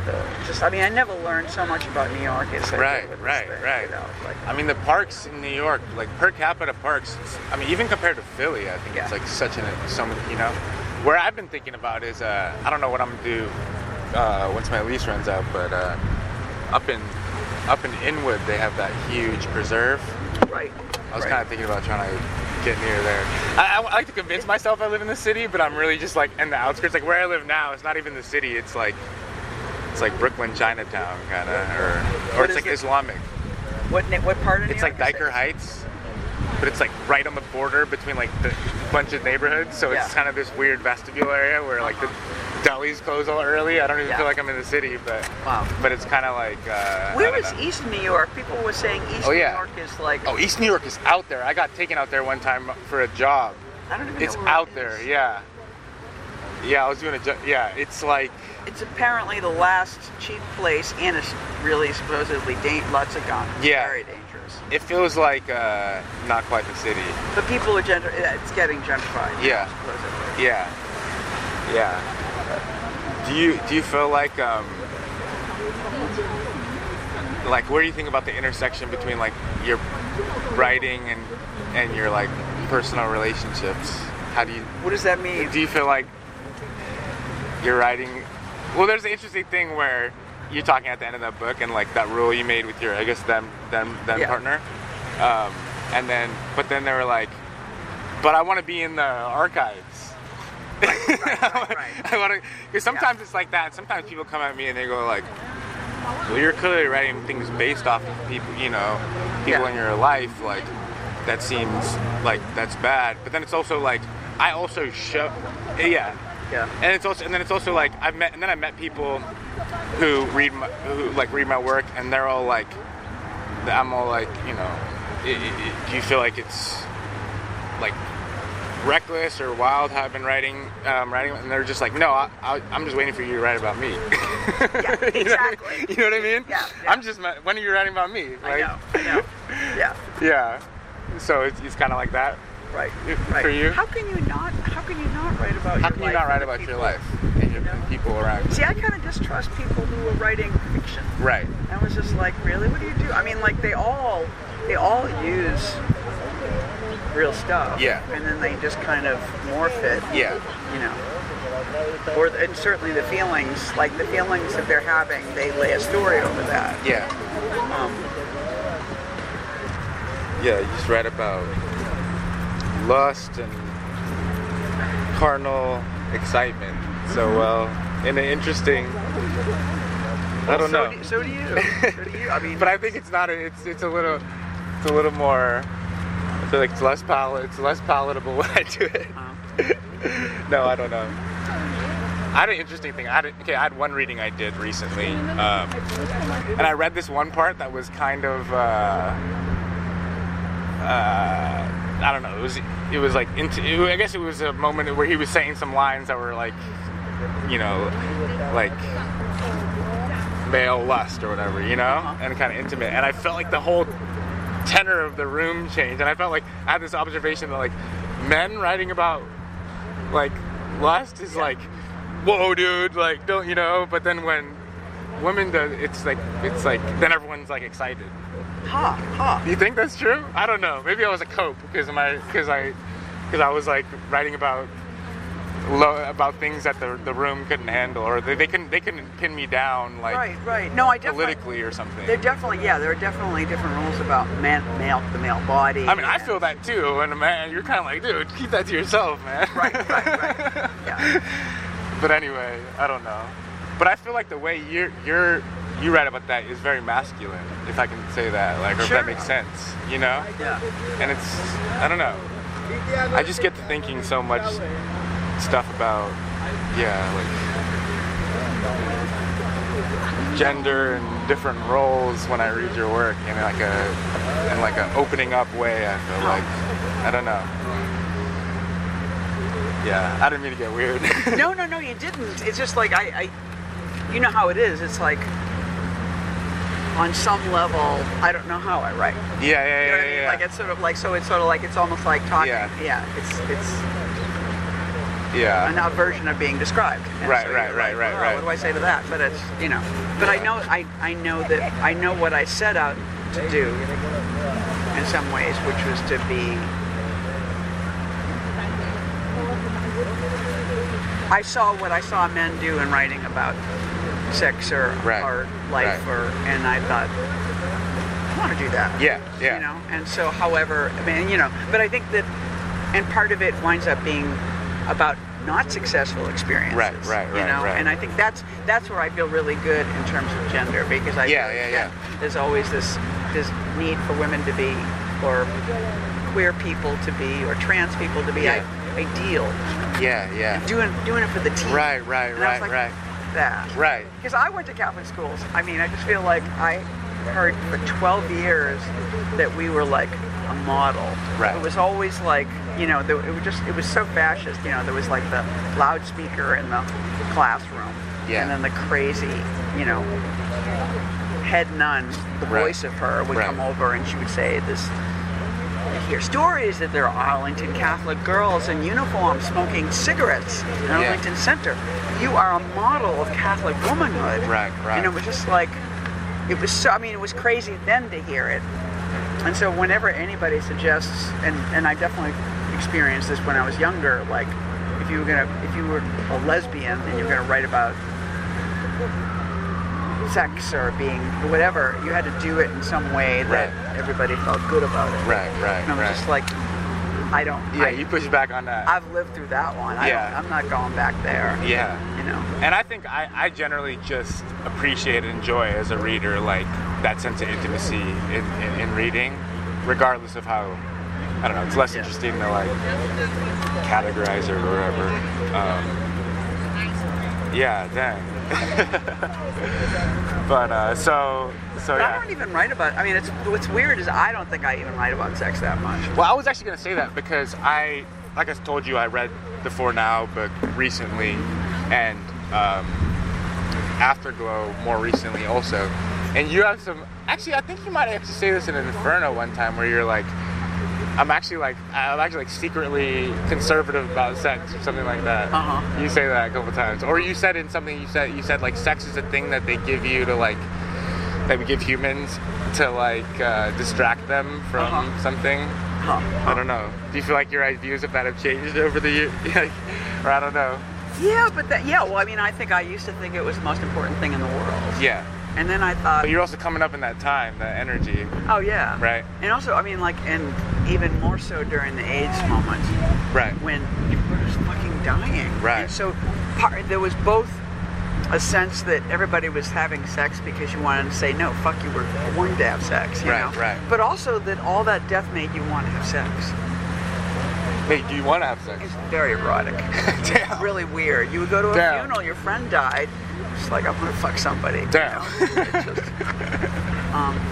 Speaker 1: the- just I mean I never learned so much about New York as I did
Speaker 2: Right,
Speaker 1: with this
Speaker 2: right,
Speaker 1: thing,
Speaker 2: right.
Speaker 1: You know, like,
Speaker 2: I mean, the parks in New York, like per capita parks. it's- I mean, even compared to Philly, I think it's
Speaker 1: Yeah.
Speaker 2: like such an some. You know, where I've been thinking about is uh, I don't know what I'm gonna do uh, once my lease runs out, but uh, up in up in Inwood they have that huge preserve.
Speaker 1: right.
Speaker 2: I was
Speaker 1: right.
Speaker 2: kind of thinking about trying to get near there. I, I, I like to convince myself I live in the city, but I'm really just like in the outskirts. Like where I live now, it's not even the city. It's like it's like Brooklyn, Chinatown, kind of, or or
Speaker 1: What
Speaker 2: it's
Speaker 1: is
Speaker 2: like
Speaker 1: it?
Speaker 2: Islamic.
Speaker 1: what na- what part of New
Speaker 2: It's
Speaker 1: York
Speaker 2: like
Speaker 1: is it?
Speaker 2: Diker Heights, but it's like right on the border between like the bunch of neighborhoods. So it's
Speaker 1: Yeah.
Speaker 2: kind of this weird vestibule area where like the delis close all early. I don't even
Speaker 1: Yeah.
Speaker 2: feel like I'm in the city, but
Speaker 1: Wow.
Speaker 2: but it's kind of like uh, I
Speaker 1: Where
Speaker 2: don't
Speaker 1: is
Speaker 2: know.
Speaker 1: East New York? People were saying East
Speaker 2: Oh, yeah.
Speaker 1: New York is like
Speaker 2: Oh, East New York is out there. I got taken out there one time for a job.
Speaker 1: I don't even
Speaker 2: It's
Speaker 1: know where it
Speaker 2: out there,
Speaker 1: is.
Speaker 2: yeah. Yeah, I was doing a jo- yeah. It's like
Speaker 1: It's apparently the last cheap place, and it's really supposedly da- lots of guns.
Speaker 2: Yeah.
Speaker 1: very dangerous.
Speaker 2: it feels like uh, not quite the city.
Speaker 1: But people are gentr- It's getting gentrified.
Speaker 2: Yeah.
Speaker 1: supposedly.
Speaker 2: Yeah, yeah. Do you do you feel like um like what do you think about the intersection between like your writing and and your like personal relationships? How do you
Speaker 1: What does that mean?
Speaker 2: Do you feel like you're writing? Well, there's an interesting thing where you're talking at the end of that book and like that rule you made with your, I guess them, them, them
Speaker 1: Yeah.
Speaker 2: partner, um, and then, but then they were like, but I want to be in the archives.
Speaker 1: right, right.
Speaker 2: I want to, because sometimes it's like that. Sometimes people come at me and they go like, well, you're clearly writing things based off of people, you know, people
Speaker 1: Yeah.
Speaker 2: in your life. Like, that seems like that's bad. But then it's also like, I also show, yeah.
Speaker 1: yeah.
Speaker 2: And it's also, and then it's also like I've met, and then I met people who read my, who like read my work, and they're all like, I'm all like, you know, i i i do you feel like it's like reckless or wild how I've been writing, um, writing, and they're just like, no, I, I, I'm just waiting for you to write about me.
Speaker 1: Yeah.
Speaker 2: You know what I mean?
Speaker 1: Exactly.
Speaker 2: You know what I mean?
Speaker 1: Yeah, yeah.
Speaker 2: I'm just. ma- When are you writing about me?
Speaker 1: I
Speaker 2: Like,
Speaker 1: know. I know. Yeah.
Speaker 2: Yeah. So it's, it's kind of like that.
Speaker 1: Right.
Speaker 2: For
Speaker 1: Right.
Speaker 2: you?
Speaker 1: How can you not? How can you not write about?
Speaker 2: How
Speaker 1: your
Speaker 2: can
Speaker 1: life
Speaker 2: you not write
Speaker 1: and the
Speaker 2: about your
Speaker 1: people-
Speaker 2: life and your and people around? you?
Speaker 1: See, I kind of distrust people who are writing fiction.
Speaker 2: Right.
Speaker 1: I was just like, really? What do you do? I mean, like they all, they all use real stuff.
Speaker 2: Yeah.
Speaker 1: And then they just kind of morph it.
Speaker 2: Yeah.
Speaker 1: You know. Or and certainly the feelings, like the feelings that they're having, they lay a story over that. Um,
Speaker 2: Yeah.
Speaker 4: Yeah, you just write about lust and carnal excitement so well in an interesting. I don't
Speaker 1: so
Speaker 4: know.
Speaker 1: Do, so do you. So do you. I mean,
Speaker 2: But I think it's not. A, it's it's a little. It's a little more. I feel like it's less pal. It's less palatable when I do it. no, I don't know. I had an interesting thing. I had a, okay. I had one reading I did recently, um, and I read this one part that was kind of. Uh, uh, I don't know. It was it was like into, it, I guess it was a moment where he was saying some lines that were like, you know, like male lust or whatever, you know, and kind of intimate. And I felt like the whole tenor of the room changed, and I felt like I had this observation that like men writing about like lust is like, whoa, dude, like don't you know? But then when women does, it's like it's like then everyone's like excited.
Speaker 1: ha ha.
Speaker 2: Do you think that's true? I don't know. Maybe I was a cope because my because I because I was like writing about lo- about things that the, the room couldn't handle or they, they couldn't they couldn't pin me down like
Speaker 1: Right, right. No, I definitely.
Speaker 2: politically or something.
Speaker 1: There definitely, yeah, there are definitely different rules about man, male, the male body.
Speaker 2: I mean, I
Speaker 1: and-
Speaker 2: feel that too, and man, you're kind of like, dude, keep that to yourself, man.
Speaker 1: Right, right, right. Yeah.
Speaker 2: But anyway, I don't know. But I feel like the way you're you're you write about that is very masculine, if I can say that, like, or if
Speaker 1: Sure.
Speaker 2: that makes sense, you know.
Speaker 1: Yeah.
Speaker 2: And it's I don't know. I just get to thinking so much stuff about yeah, like gender and different roles when I read your work in like a in like a opening up way. I feel like I don't know. Yeah, I didn't mean to get weird.
Speaker 1: No, no, no, you didn't. It's just like I, I, you know how it is. It's like on some level, I don't know how I write.
Speaker 2: yeah, yeah, yeah,
Speaker 1: You know what I mean?
Speaker 2: yeah.
Speaker 1: Like it's sort of like so. It's sort of like it's almost like talking.
Speaker 2: Yeah.
Speaker 1: It's it's
Speaker 2: yeah.
Speaker 1: another version of being described. And
Speaker 2: Right,
Speaker 1: you're
Speaker 2: right, right,
Speaker 1: like,
Speaker 2: right,
Speaker 1: "Wow,
Speaker 2: right."
Speaker 1: What do I say to that? But it's you know. But I know I I know that I know what I set out to do in some ways, which was to be. I saw what I saw men do in writing about sex or,
Speaker 2: Right,
Speaker 1: or life,
Speaker 2: right.
Speaker 1: or and I thought, I want to do that
Speaker 2: yeah, yeah.
Speaker 1: you know and so however i mean you know but i think that and part of it winds up being about not successful experiences
Speaker 2: Right, right,
Speaker 1: you
Speaker 2: right,
Speaker 1: know
Speaker 2: right.
Speaker 1: and i think that's that's where i feel really good in terms of gender because i
Speaker 2: Yeah,
Speaker 1: feel
Speaker 2: yeah,
Speaker 1: like
Speaker 2: yeah.
Speaker 1: that there's always this this need for women to be or queer people to be or trans people to be
Speaker 2: Yeah.
Speaker 1: i- ideal
Speaker 2: Yeah, yeah.
Speaker 1: doing doing it for the team
Speaker 2: Right, right,
Speaker 1: And I was
Speaker 2: right,
Speaker 1: like,
Speaker 2: right,
Speaker 1: "F that
Speaker 2: right.
Speaker 1: because I went to Catholic schools. I mean, I just feel like I heard for 12 years that we were like a model.
Speaker 2: Right.
Speaker 1: It was always like, you know, there, it was just, it was so fascist. You know, there was like the loudspeaker in the classroom.
Speaker 2: Yeah.
Speaker 1: And then the crazy, you know, head nun, the
Speaker 2: Right.
Speaker 1: voice of her, would
Speaker 2: Right.
Speaker 1: come over and she would say this I hear stories that there are Arlington Catholic girls in uniform smoking cigarettes in Arlington Center. You are a model of Catholic womanhood.
Speaker 2: Right, right.
Speaker 1: And it was just like, it was so, I mean, it was crazy then to hear it. And so whenever anybody suggests, and, and I definitely experienced this when I was younger, like if you were gonna, if you were a lesbian and you were gonna write about sex or being whatever, you had to do it in some way that
Speaker 2: Right.
Speaker 1: everybody felt good about it.
Speaker 2: Right, right,
Speaker 1: And I'm
Speaker 2: right.
Speaker 1: just like, I don't.
Speaker 2: yeah,
Speaker 1: I,
Speaker 2: you push back on that.
Speaker 1: I've lived through that one. I
Speaker 2: Yeah.
Speaker 1: don't, I'm not going back there.
Speaker 2: yeah.
Speaker 1: You know.
Speaker 2: And I think I, I generally just appreciate and enjoy as a reader, like that sense of intimacy in, in, in reading, regardless of how, I don't know, it's less interesting to like categorize or whatever. Um, yeah, dang. but uh, so, so
Speaker 1: But
Speaker 2: yeah.
Speaker 1: I don't even write about. I mean, it's what's weird is I don't think I even write about sex that much.
Speaker 2: Well, I was actually going to say that because I, like I told you, I read the For Now book recently, and um, Afterglow more recently also. And you have some. Actually, I think you might have to say this in an Inferno one time where you're like, I'm actually like, I'm actually like secretly conservative about sex or something like that.
Speaker 1: Uh-huh.
Speaker 2: You say that a couple times, or you said in something you said you said like sex is a thing that they give you to like that we give humans to like uh, distract them from
Speaker 1: Uh-huh.
Speaker 2: something. I don't know. Do you feel like your ideas of that have changed over the years? Like, or I don't know.
Speaker 1: Yeah, but that, yeah, well, I mean, I think I used to think it was the most important thing in the world.
Speaker 2: Yeah.
Speaker 1: And then I thought,
Speaker 2: But you're also coming up in that time, that energy.
Speaker 1: oh, yeah.
Speaker 2: Right.
Speaker 1: And also, I mean, like, and even more so during the AIDS moment
Speaker 2: Right.
Speaker 1: when people were just fucking dying.
Speaker 2: Right.
Speaker 1: And so part, there was both a sense that everybody was having sex because you wanted to say, no, fuck you, we're born to have sex, you
Speaker 2: Right,
Speaker 1: know?
Speaker 2: right.
Speaker 1: But also that all that death made you want to have sex.
Speaker 2: Hey, do you want to have sex?
Speaker 1: It's very erotic.
Speaker 2: Damn.
Speaker 1: really weird. You would go to a
Speaker 2: Damn.
Speaker 1: funeral, your friend died. It's like I'm gonna fuck somebody.
Speaker 2: Damn.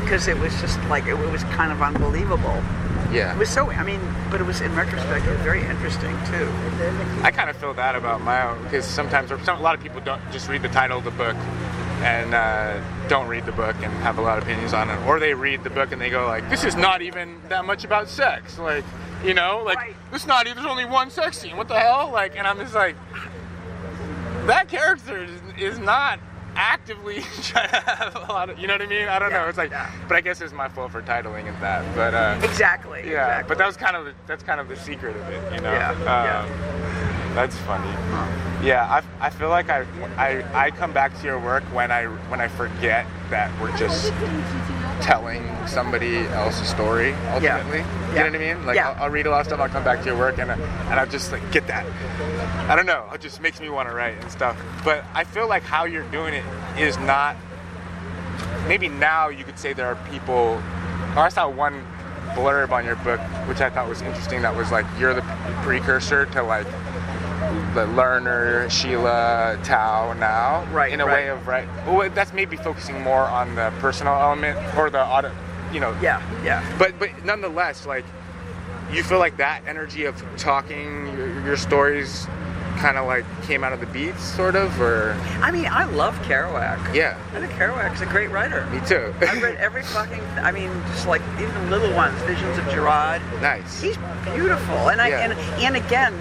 Speaker 1: Because it was just like it, was kind of unbelievable. It
Speaker 2: Yeah.
Speaker 1: was so. I mean, but it was in retrospect, it was very interesting too.
Speaker 2: I kind of feel that about my own because sometimes or some, a lot of people don't just read the title of the book and uh, don't read the book and have a lot of opinions on it, or they read the book and they go like, "This is not even that much about sex," like you know, like
Speaker 1: Right.
Speaker 2: this not even. There's only one sex scene. What the hell? Like, and I'm just like, that character is, is not actively trying to have a lot of. You know what I mean? I don't
Speaker 1: Yeah,
Speaker 2: know. It's like,
Speaker 1: yeah.
Speaker 2: but I guess it's my fault for titling it that. But uh,
Speaker 1: Exactly.
Speaker 2: yeah,
Speaker 1: Exactly.
Speaker 2: but that was kind of the, that's kind of the secret of it, you know.
Speaker 1: Yeah,
Speaker 2: Um,
Speaker 1: yeah.
Speaker 2: That's funny. Yeah, I, I feel like I, I I come back to your work when I when I forget that we're just telling somebody else a story ultimately. You
Speaker 1: yeah.
Speaker 2: know what I mean? Like
Speaker 1: Yeah.
Speaker 2: I'll, I'll read a lot of stuff, I'll come back to your work, and I, and I'll just like get that. I don't know. It just makes me want to write and stuff. But I feel like how you're doing it is not maybe now you could say there are people. Or I saw one blurb on your book, which I thought was interesting. That was like you're the precursor to like the learner Sheila Tao now,
Speaker 1: Right,
Speaker 2: In a
Speaker 1: right.
Speaker 2: way of right. Well, that's maybe focusing more on the personal element or the auto, you know.
Speaker 1: yeah. Yeah.
Speaker 2: But but nonetheless, like you feel like that energy of talking your, your stories kind of like came out of the beats, sort of, or
Speaker 1: I mean, I love Kerouac.
Speaker 2: yeah.
Speaker 1: I think Kerouac's a great writer.
Speaker 2: Me too.
Speaker 1: I've read every fucking. I mean, just like even little ones, Visions of Gerard.
Speaker 2: nice.
Speaker 1: He's beautiful, and I
Speaker 2: Yeah.
Speaker 1: and, and again,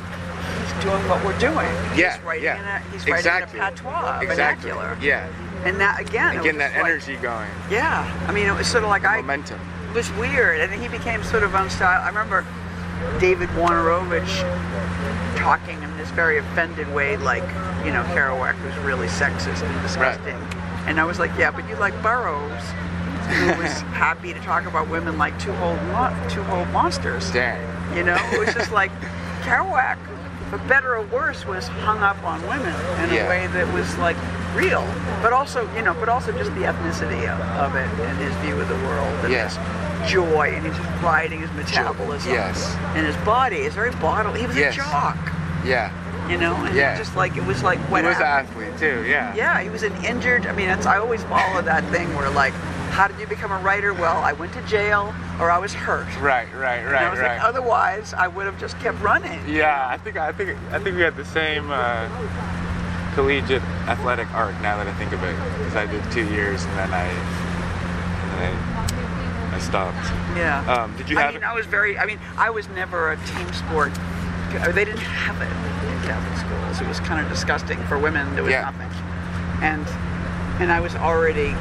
Speaker 1: he's doing what we're doing.
Speaker 2: Yeah,
Speaker 1: he's writing
Speaker 2: yeah.
Speaker 1: In a, he's writing
Speaker 2: exactly.
Speaker 1: in a patois,
Speaker 2: exactly.
Speaker 1: vernacular.
Speaker 2: Yeah,
Speaker 1: And that again,
Speaker 2: and
Speaker 1: it
Speaker 2: getting
Speaker 1: was
Speaker 2: that
Speaker 1: like-
Speaker 2: energy going,
Speaker 1: Yeah, I mean, it was sort of like I
Speaker 2: momentum.
Speaker 1: it was weird, and then he became sort of unstyle. I remember David Warnerovich talking in this very offended way, like you know, Kerouac was really sexist and disgusting. And I was like, yeah, but you like Burroughs, who was happy to talk about women like two whole mon- two whole monsters.
Speaker 2: Dang.
Speaker 1: You know, it was just like Kerouac, for better or worse, was hung up on women in a
Speaker 2: Yeah.
Speaker 1: way that was like real, but also you know, but also just the ethnicity of, of it and his view of the world and
Speaker 2: Yeah.
Speaker 1: his joy and his riding his metabolism
Speaker 2: Yes.
Speaker 1: and his body is very bodily. He was
Speaker 2: Yes.
Speaker 1: a jock,
Speaker 2: Yeah,
Speaker 1: you know, and he
Speaker 2: Yeah.
Speaker 1: just like it was like
Speaker 2: he
Speaker 1: what
Speaker 2: was an
Speaker 1: happened?
Speaker 2: athlete too. Yeah.
Speaker 1: Yeah, he was an injured. I mean, that's I always follow that thing where like, how did you become a writer? Well, I went to jail or I was hurt.
Speaker 2: Right, right,
Speaker 1: And I
Speaker 2: right,
Speaker 1: was
Speaker 2: right.
Speaker 1: like, otherwise, I would have just kept running.
Speaker 2: yeah, I think I think I think we had the same uh, collegiate athletic arc. Now that I think of it, because I did two years and then I and then I, I stopped.
Speaker 1: Yeah.
Speaker 2: Um, did you
Speaker 1: I
Speaker 2: have-
Speaker 1: mean, I was very. I mean, I was never a team sport. They didn't have it in Catholic schools. It was kind of disgusting for women. There was
Speaker 2: Yeah.
Speaker 1: nothing, and and I was already,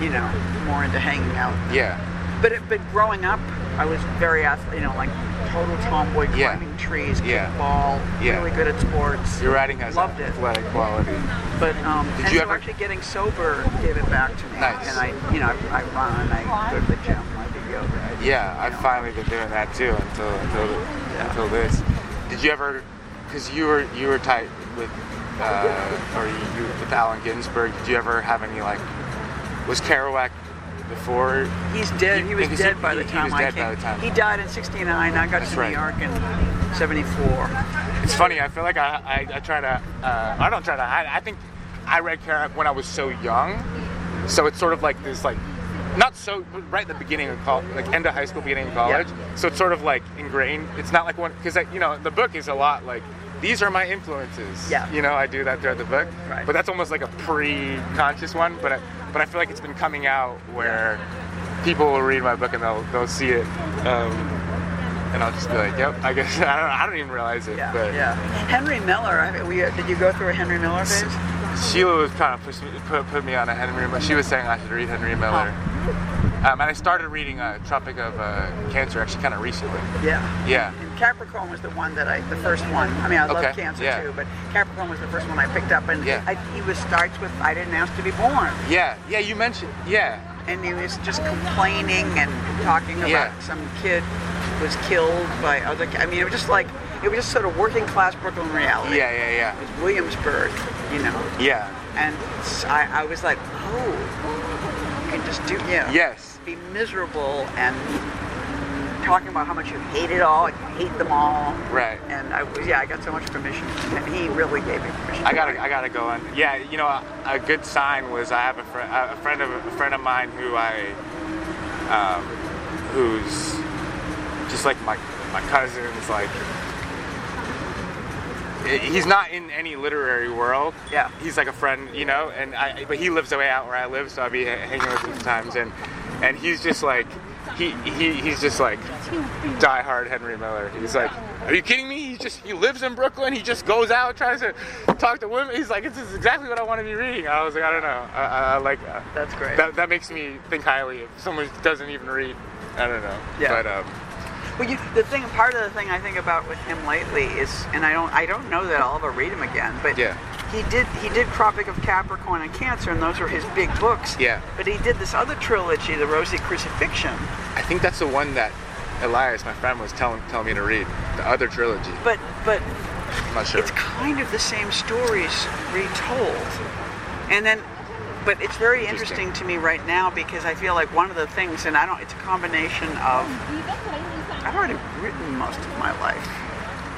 Speaker 1: you know, more into hanging out.
Speaker 2: Yeah,
Speaker 1: But it, but growing up, I was very ath- You know, like total tomboy,
Speaker 2: Yeah.
Speaker 1: climbing trees,
Speaker 2: Yeah.
Speaker 1: kickball,
Speaker 2: Yeah.
Speaker 1: really good at sports.
Speaker 2: your writing has
Speaker 1: Loved it.
Speaker 2: athletic quality.
Speaker 1: But um,
Speaker 2: Did
Speaker 1: and
Speaker 2: you
Speaker 1: so
Speaker 2: ever-
Speaker 1: actually getting sober gave it back to me.
Speaker 2: Nice.
Speaker 1: And I, you know, I, I run, I go to the gym, I do yoga. I
Speaker 2: Yeah, I've finally been doing that too until until until this. Did you ever? Because you were you were tight with uh, or you with Allen Ginsberg. Did you ever have any like? Was Kerouac before?
Speaker 1: He's dead. He,
Speaker 2: He-
Speaker 1: was
Speaker 2: he-
Speaker 1: dead by
Speaker 2: he-
Speaker 1: the
Speaker 2: he
Speaker 1: time
Speaker 2: was
Speaker 1: I
Speaker 2: dead by
Speaker 1: came.
Speaker 2: the time.
Speaker 1: He died in '69. I got
Speaker 2: That's
Speaker 1: to
Speaker 2: right.
Speaker 1: New York in '74.
Speaker 2: It's funny. I feel like I I, I try to uh, I don't try to hide. I think I read Kerouac when I was so young, so it's sort of like this like. Not so right at the beginning of college, like end of high school, beginning of college. So it's sort of like ingrained. It's not like one because you know the book is a lot like these are my influences.
Speaker 1: Yeah.
Speaker 2: You know I do that throughout the book.
Speaker 1: Right.
Speaker 2: But that's almost like a pre-conscious one. But I, but I feel like it's been coming out where people will read my book and they'll they'll see it, um, and I'll just be like, yep. I guess I don't know, I don't even realize it.
Speaker 1: Yeah,
Speaker 2: but
Speaker 1: yeah. Henry Miller. I, we, uh, did you go through a Henry Miller phase?
Speaker 2: Sheila was trying to push me, put, put me on a Henry. Miller. She was saying I should read Henry Miller, Um, and I started reading uh, Tropic of uh, Cancer actually kind of recently.
Speaker 1: Yeah.
Speaker 2: Yeah.
Speaker 1: And Capricorn was the one that I, the first one. I mean, I love
Speaker 2: Okay,
Speaker 1: Cancer
Speaker 2: yeah.
Speaker 1: too, but Capricorn was the first one I picked up, and
Speaker 2: Yeah.
Speaker 1: I, he was starts with "I didn't ask to be born,"
Speaker 2: Yeah. Yeah. You mentioned. Yeah.
Speaker 1: and he was just complaining and talking about
Speaker 2: Yeah.
Speaker 1: some kid was killed by other. ki- I mean, it was just like it was just sort of working class Brooklyn reality.
Speaker 2: Yeah. Yeah.
Speaker 1: It
Speaker 2: Yeah.
Speaker 1: was Williamsburg, you know,
Speaker 2: Yeah.
Speaker 1: and s- I, I was like, oh, you can just do yeah.
Speaker 2: Yes.
Speaker 1: Be miserable and talking about how much you hate it all, and you hate them all.
Speaker 2: Right.
Speaker 1: And I was yeah, I got so much permission. And he really gave me permission.
Speaker 2: I gotta, I gotta go on. Yeah, you know, a, a good sign was I have a, fri a friend of a friend of mine who I, um, who's just like my my cousin's like. he- He's not in any literary world.
Speaker 1: Yeah.
Speaker 2: He's like a friend, you know, and I. But he lives way out where I live, so I be hanging with him sometimes, and and he's just like, he he he's just like, Die hard Henry Miller. He's like, are you kidding me? He just he lives in Brooklyn. He just goes out, tries to talk to women. He's like, this is exactly what I want to be reading. I was like, I don't know. I, I, I like uh,
Speaker 1: That's great.
Speaker 2: that. That makes me think highly of someone who doesn't even read. I don't know.
Speaker 1: Yeah.
Speaker 2: But um,
Speaker 1: Well, you, the thing, part of the thing I think about with him lately is, and I don't, I don't know that I'll ever read him again, but
Speaker 2: Yeah.
Speaker 1: he did, he did Tropic of Capricorn and Cancer, and those were his big books.
Speaker 2: Yeah.
Speaker 1: But he did this other trilogy, The Rosy Crucifixion.
Speaker 2: I think that's the one that Elias, my friend, was telling telling me to read. The other trilogy.
Speaker 1: But, but
Speaker 2: I'm not sure.
Speaker 1: it's kind of the same stories retold. And then, but it's very
Speaker 2: Interesting.
Speaker 1: interesting to me right now because I feel like one of the things, and I don't, it's a combination of I've already written most of my life.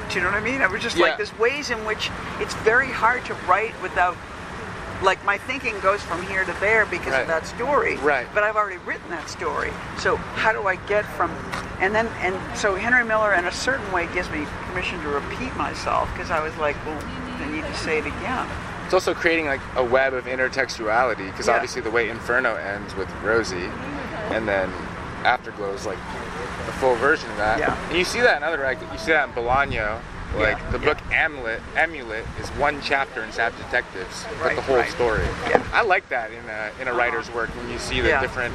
Speaker 1: Do you know what I mean? I was just
Speaker 2: Yeah.
Speaker 1: like, there's ways in which it's very hard to write without, like, my thinking goes from here to there because
Speaker 2: Right.
Speaker 1: of that story.
Speaker 2: Right.
Speaker 1: But I've already written that story. So how do I get from, and then, and so Henry Miller in a certain way gives me permission to repeat myself because I was like, well, I need to say it again.
Speaker 2: It's also creating like a web of intertextuality because
Speaker 1: Yeah.
Speaker 2: obviously the way Inferno ends with Rosie, and then Afterglow is like the full version of that.
Speaker 1: Yeah.
Speaker 2: And you see that in other like you see that in Bolaño. Like
Speaker 1: Yeah,
Speaker 2: the
Speaker 1: yeah.
Speaker 2: book Amulet, Amulet is one chapter in Sap Detectives, but
Speaker 1: Right,
Speaker 2: the whole
Speaker 1: right.
Speaker 2: story.
Speaker 1: Yeah. Uh-huh.
Speaker 2: I like that in a, in a writer's work when you see the
Speaker 1: Yeah.
Speaker 2: different.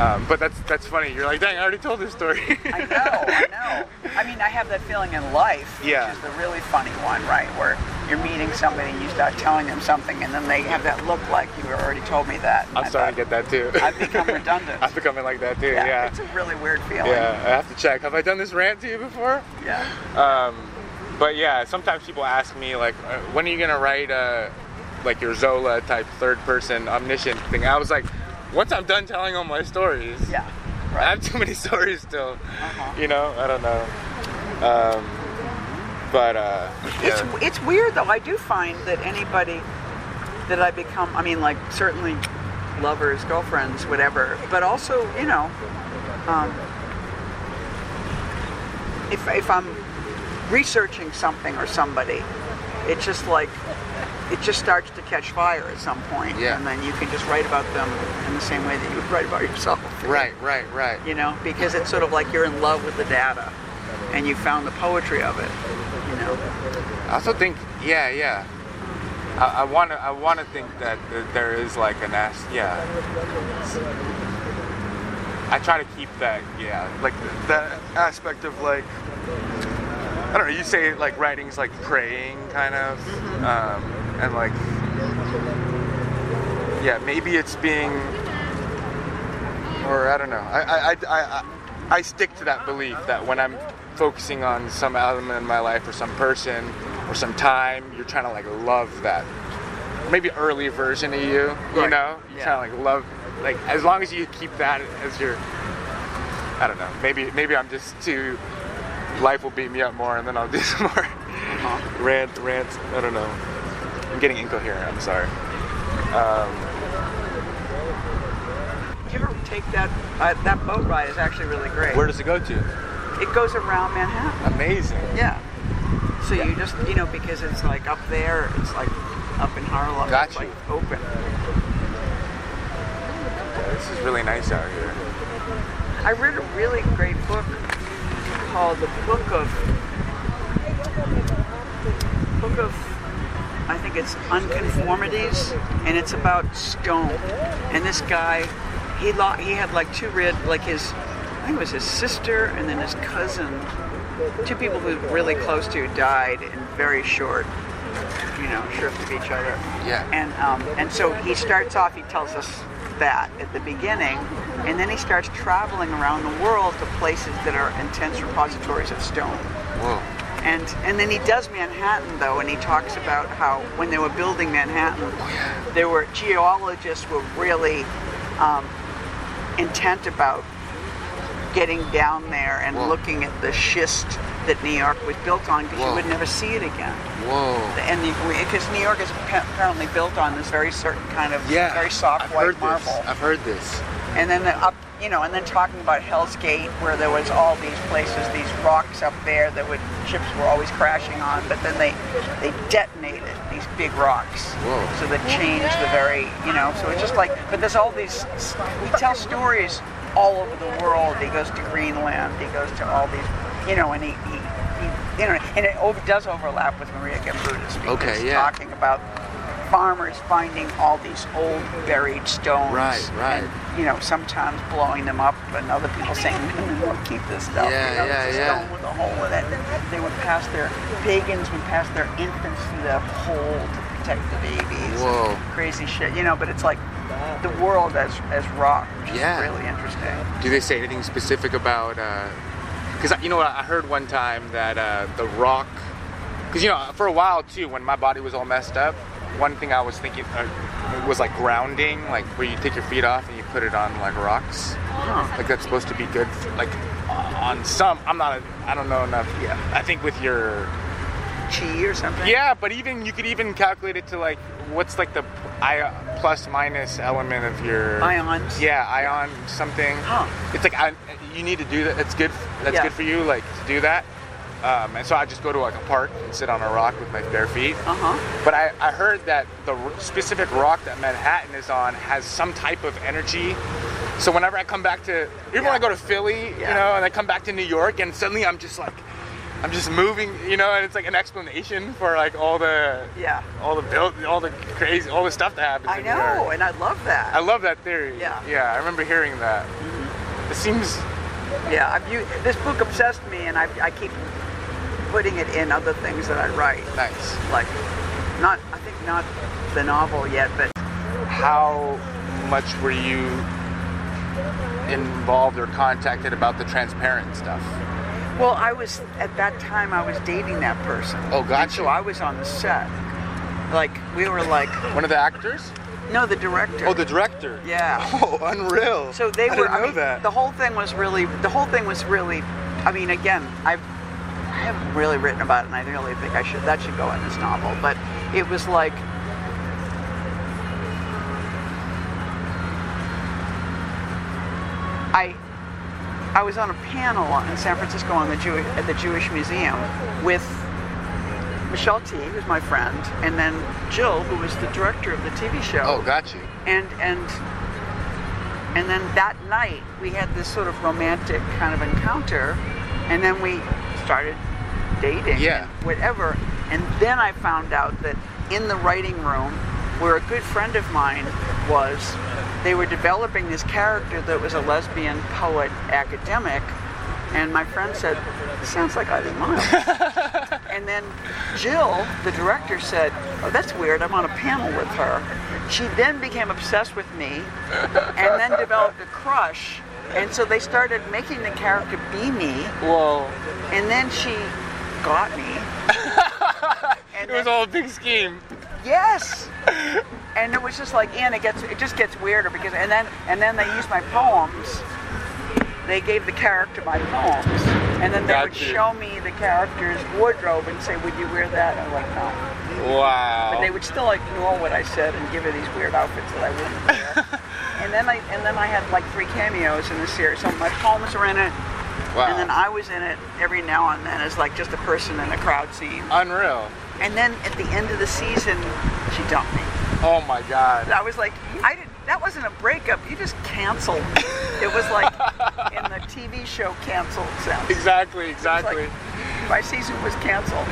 Speaker 2: Um, but that's that's funny. You're like, dang, I already told this story.
Speaker 1: I know, I know. I mean, I have that feeling in life,
Speaker 2: Yeah.
Speaker 1: which is the really funny one, right? Where you're meeting somebody and you start telling them something, and then they have that look like you already told me that.
Speaker 2: I'm starting to get that too.
Speaker 1: I've become redundant.
Speaker 2: I'm becoming like that too.
Speaker 1: yeah,
Speaker 2: Yeah.
Speaker 1: It's a really weird feeling.
Speaker 2: yeah. I have to check. Have I done this rant to you before?
Speaker 1: Yeah.
Speaker 2: But yeah, sometimes people ask me like, uh, when are you gonna write uh, like your Zola type third person omniscient thing? I was like, once I'm done telling all my stories,
Speaker 1: Yeah.
Speaker 2: I have too many stories still. You know, I don't know. Um, but uh,
Speaker 1: It's
Speaker 2: yeah.
Speaker 1: it's weird though. I do find that anybody that I become, I mean, like certainly lovers, girlfriends, whatever, but also you know, um, if if I'm researching something or somebody, it's just like it just starts to catch fire at some point,
Speaker 2: Yeah.
Speaker 1: and then you can just write about them in the same way that you would write about yourself
Speaker 2: right, right, right.
Speaker 1: you know, because it's sort of like you're in love with the data and you found the poetry of it, you know.
Speaker 2: I also think, yeah, yeah. I want to. I want to think that th- there is like an ass. Yeah. I try to keep that. Yeah, like th- that aspect of like. I don't know. You say like writing's like praying, kind of, um, and like. Yeah, maybe it's being. Or I don't know. I I, I, I, I stick to that belief that when I'm focusing on some element in my life or some person or some time, you're trying to like love that. Maybe early version of you, you
Speaker 1: Right.
Speaker 2: know? You're
Speaker 1: Yeah.
Speaker 2: trying to like love, like as long as you keep that as your, I don't know. Maybe maybe I'm just too. Life will beat me up more, and then I'll do some more rant rants. I don't know. I'm getting incoherent. I'm sorry.
Speaker 1: If you ever take that, uh, that boat ride is actually really great.
Speaker 2: Where does it go to?
Speaker 1: It goes around Manhattan.
Speaker 2: Amazing.
Speaker 1: Yeah. So you just, you know, because it's like up there, it's like up in Harlem,
Speaker 2: Got
Speaker 1: it's
Speaker 2: you.
Speaker 1: like open.
Speaker 2: This is really nice out here.
Speaker 1: I read a really great book called The Book of Book of I think it's Unconformities and it's about stone. And this guy he lo- he had like two red like his I think it was his sister and then his cousin, two people who were really close to died in very short, you know, shrift of each other.
Speaker 5: Yeah.
Speaker 1: And um, and so he starts off. He tells us that at the beginning, and then he starts traveling around the world to places that are intense repositories of stone.
Speaker 5: Whoa.
Speaker 1: And and then he does Manhattan though, and he talks about how when they were building Manhattan, there were geologists were really um, intent about getting down there and
Speaker 5: Whoa.
Speaker 1: looking at the schist that New York was built on because you
Speaker 5: Whoa.
Speaker 1: would never see it again.
Speaker 5: Whoa.
Speaker 1: And because New York is appa- apparently built on this very certain kind of
Speaker 5: Yeah.
Speaker 1: very soft
Speaker 5: I've
Speaker 1: white
Speaker 5: heard
Speaker 1: marble
Speaker 5: This. I've heard this.
Speaker 1: and then the up you know and then talking about hell's gate where there was all these places these rocks up there that would ships were always crashing on but then they they detonated these big rocks
Speaker 5: Whoa.
Speaker 1: so that changed the very you know so it's just like but there's all these we tell stories all over the world he goes to greenland he goes to all these you know and he, he, he you know and it over, does overlap with maria gambrutis because
Speaker 5: Okay,
Speaker 1: he's
Speaker 5: yeah.
Speaker 1: talking about farmers finding all these old buried stones
Speaker 5: Right, right.
Speaker 1: and you know, sometimes blowing them up, and other people saying, "No, we'll keep this stuff."
Speaker 5: Yeah,
Speaker 1: you know,
Speaker 5: yeah,
Speaker 1: it's a
Speaker 5: yeah.
Speaker 1: Stone with a hole in it. They would pass their pagans would pass their infants through the hole to protect the babies.
Speaker 5: Whoa.
Speaker 1: Crazy shit, you know. But it's like the world as as rock, which
Speaker 5: Yeah.
Speaker 1: is really interesting.
Speaker 2: Do they say anything specific about? Because you know, what I heard one time that uh, the rock. Because you know, for a while too, when my body was all messed up, one thing I was thinking uh, was like grounding, like where you take your feet off and you put it on like rocks. Like that's supposed to be good, for, like uh, on some. I'm not. A, I don't know enough. Yeah, I think with your
Speaker 1: Chi or something.
Speaker 2: yeah, but even you could even calculate it to like what's like the I plus minus element of your
Speaker 1: Ions.
Speaker 2: Yeah, ion something.
Speaker 1: Huh.
Speaker 2: It's like I, you need to do that. It's good. That's
Speaker 1: Yeah.
Speaker 2: good for you, like to do that. Um, and so I just go to like a park and sit on a rock with my bare feet.
Speaker 1: Uh huh.
Speaker 2: But I, I heard that the r- specific rock that Manhattan is on has some type of energy. So whenever I come back to, even when
Speaker 1: Yeah.
Speaker 2: I go to Philly, you
Speaker 1: Yeah.
Speaker 2: know, and I come back to New York, and suddenly I'm just like, I'm just moving, you know, and it's like an explanation for like all the,
Speaker 1: Yeah.
Speaker 2: all the build, all the crazy, all the stuff that happens.
Speaker 1: I
Speaker 2: in New York.
Speaker 1: know, and I love that.
Speaker 2: I love that theory.
Speaker 1: Yeah. Mm-hmm.
Speaker 2: Yeah, I remember hearing that. It seems.
Speaker 1: Yeah, I've u this book obsessed me, and I, I keep putting it in other things that I write.
Speaker 2: Nice.
Speaker 1: Like, not I think not the novel yet, but
Speaker 2: How much were you involved or contacted about the transparent stuff?
Speaker 1: well, I was at that time I was dating that person.
Speaker 2: Oh, gotcha.
Speaker 1: And so I was on the set. Like we were like,
Speaker 2: One of the actors?
Speaker 1: no, the director.
Speaker 2: Oh, the director.
Speaker 1: yeah.
Speaker 2: Oh, unreal.
Speaker 1: So they
Speaker 2: I
Speaker 1: were.
Speaker 2: Didn't know
Speaker 1: I mean,
Speaker 2: that.
Speaker 1: the whole thing was really. The whole thing was really. I mean, again, I've I haven't really written about it, and I really think I should. That should go in this novel. But it was like. I. I was on a panel in San Francisco on the Jew- at the Jewish Museum with Michelle T, who's my friend, and then Jill, who was the director of the TV show
Speaker 5: Oh, got you.
Speaker 1: and and and then that night we had this sort of romantic kind of encounter and then we started dating
Speaker 5: Yeah.
Speaker 1: and whatever and then i found out that in the writing room where a good friend of mine was they were developing this character that was a lesbian poet academic and my friend said sounds like Ida Miles. and then Jill, the director, said, "Oh, that's weird. I'm on a panel with her." She then became obsessed with me, and then developed a crush. And so they started making the character be me,
Speaker 2: Whoa.
Speaker 1: and then she got me. And
Speaker 2: It was
Speaker 1: then-
Speaker 2: all a big scheme.
Speaker 1: Yes. And it was just like, and it gets, it just gets weirder because, and then, and then they used my poems. They gave the character my poems, and then they would
Speaker 2: Gotcha.
Speaker 1: show me the character's wardrobe and say, "Would you wear that?" I'm like, "No."
Speaker 2: Wow.
Speaker 1: But they would still ignore what I said and give her these weird outfits that I wouldn't wear. and then I, and then I had like three cameos in the series. So my poems were in it,
Speaker 2: wow.
Speaker 1: and then I was in it every now and then as like just a person in a crowd scene.
Speaker 2: Unreal.
Speaker 1: And then at the end of the season, she dumped me.
Speaker 2: Oh my God.
Speaker 1: I was like, I did. That wasn't a breakup. You just canceled. It was like in the TV show canceled sense.
Speaker 2: Exactly.
Speaker 1: It's like
Speaker 2: Exactly.
Speaker 1: my season was canceled.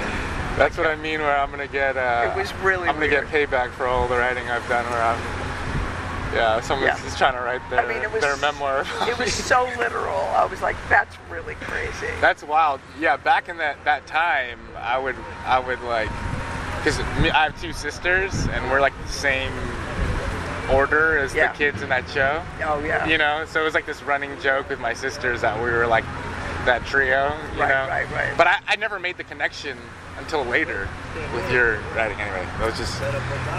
Speaker 2: That's what I mean. Where I'm gonna get. Uh,
Speaker 1: It was really
Speaker 2: I'm gonna get payback for all the writing I've done. Where I'm Yeah, someone's
Speaker 1: Yeah.
Speaker 2: just trying to write their,
Speaker 1: I mean, it was
Speaker 2: their memoir.
Speaker 1: It was so literal. I was like, that's really crazy.
Speaker 2: That's wild. Yeah, back in that, that time, I would I would like, cause me, I have two sisters and we're like the same order as
Speaker 1: Yeah.
Speaker 2: the kids in that show.
Speaker 1: oh yeah.
Speaker 2: You know, so it was like this running joke with my sisters that we were like that trio. You
Speaker 1: Right,
Speaker 2: know,
Speaker 1: right, right.
Speaker 2: But I, I never made the connection until later with your writing. Anyway, that was just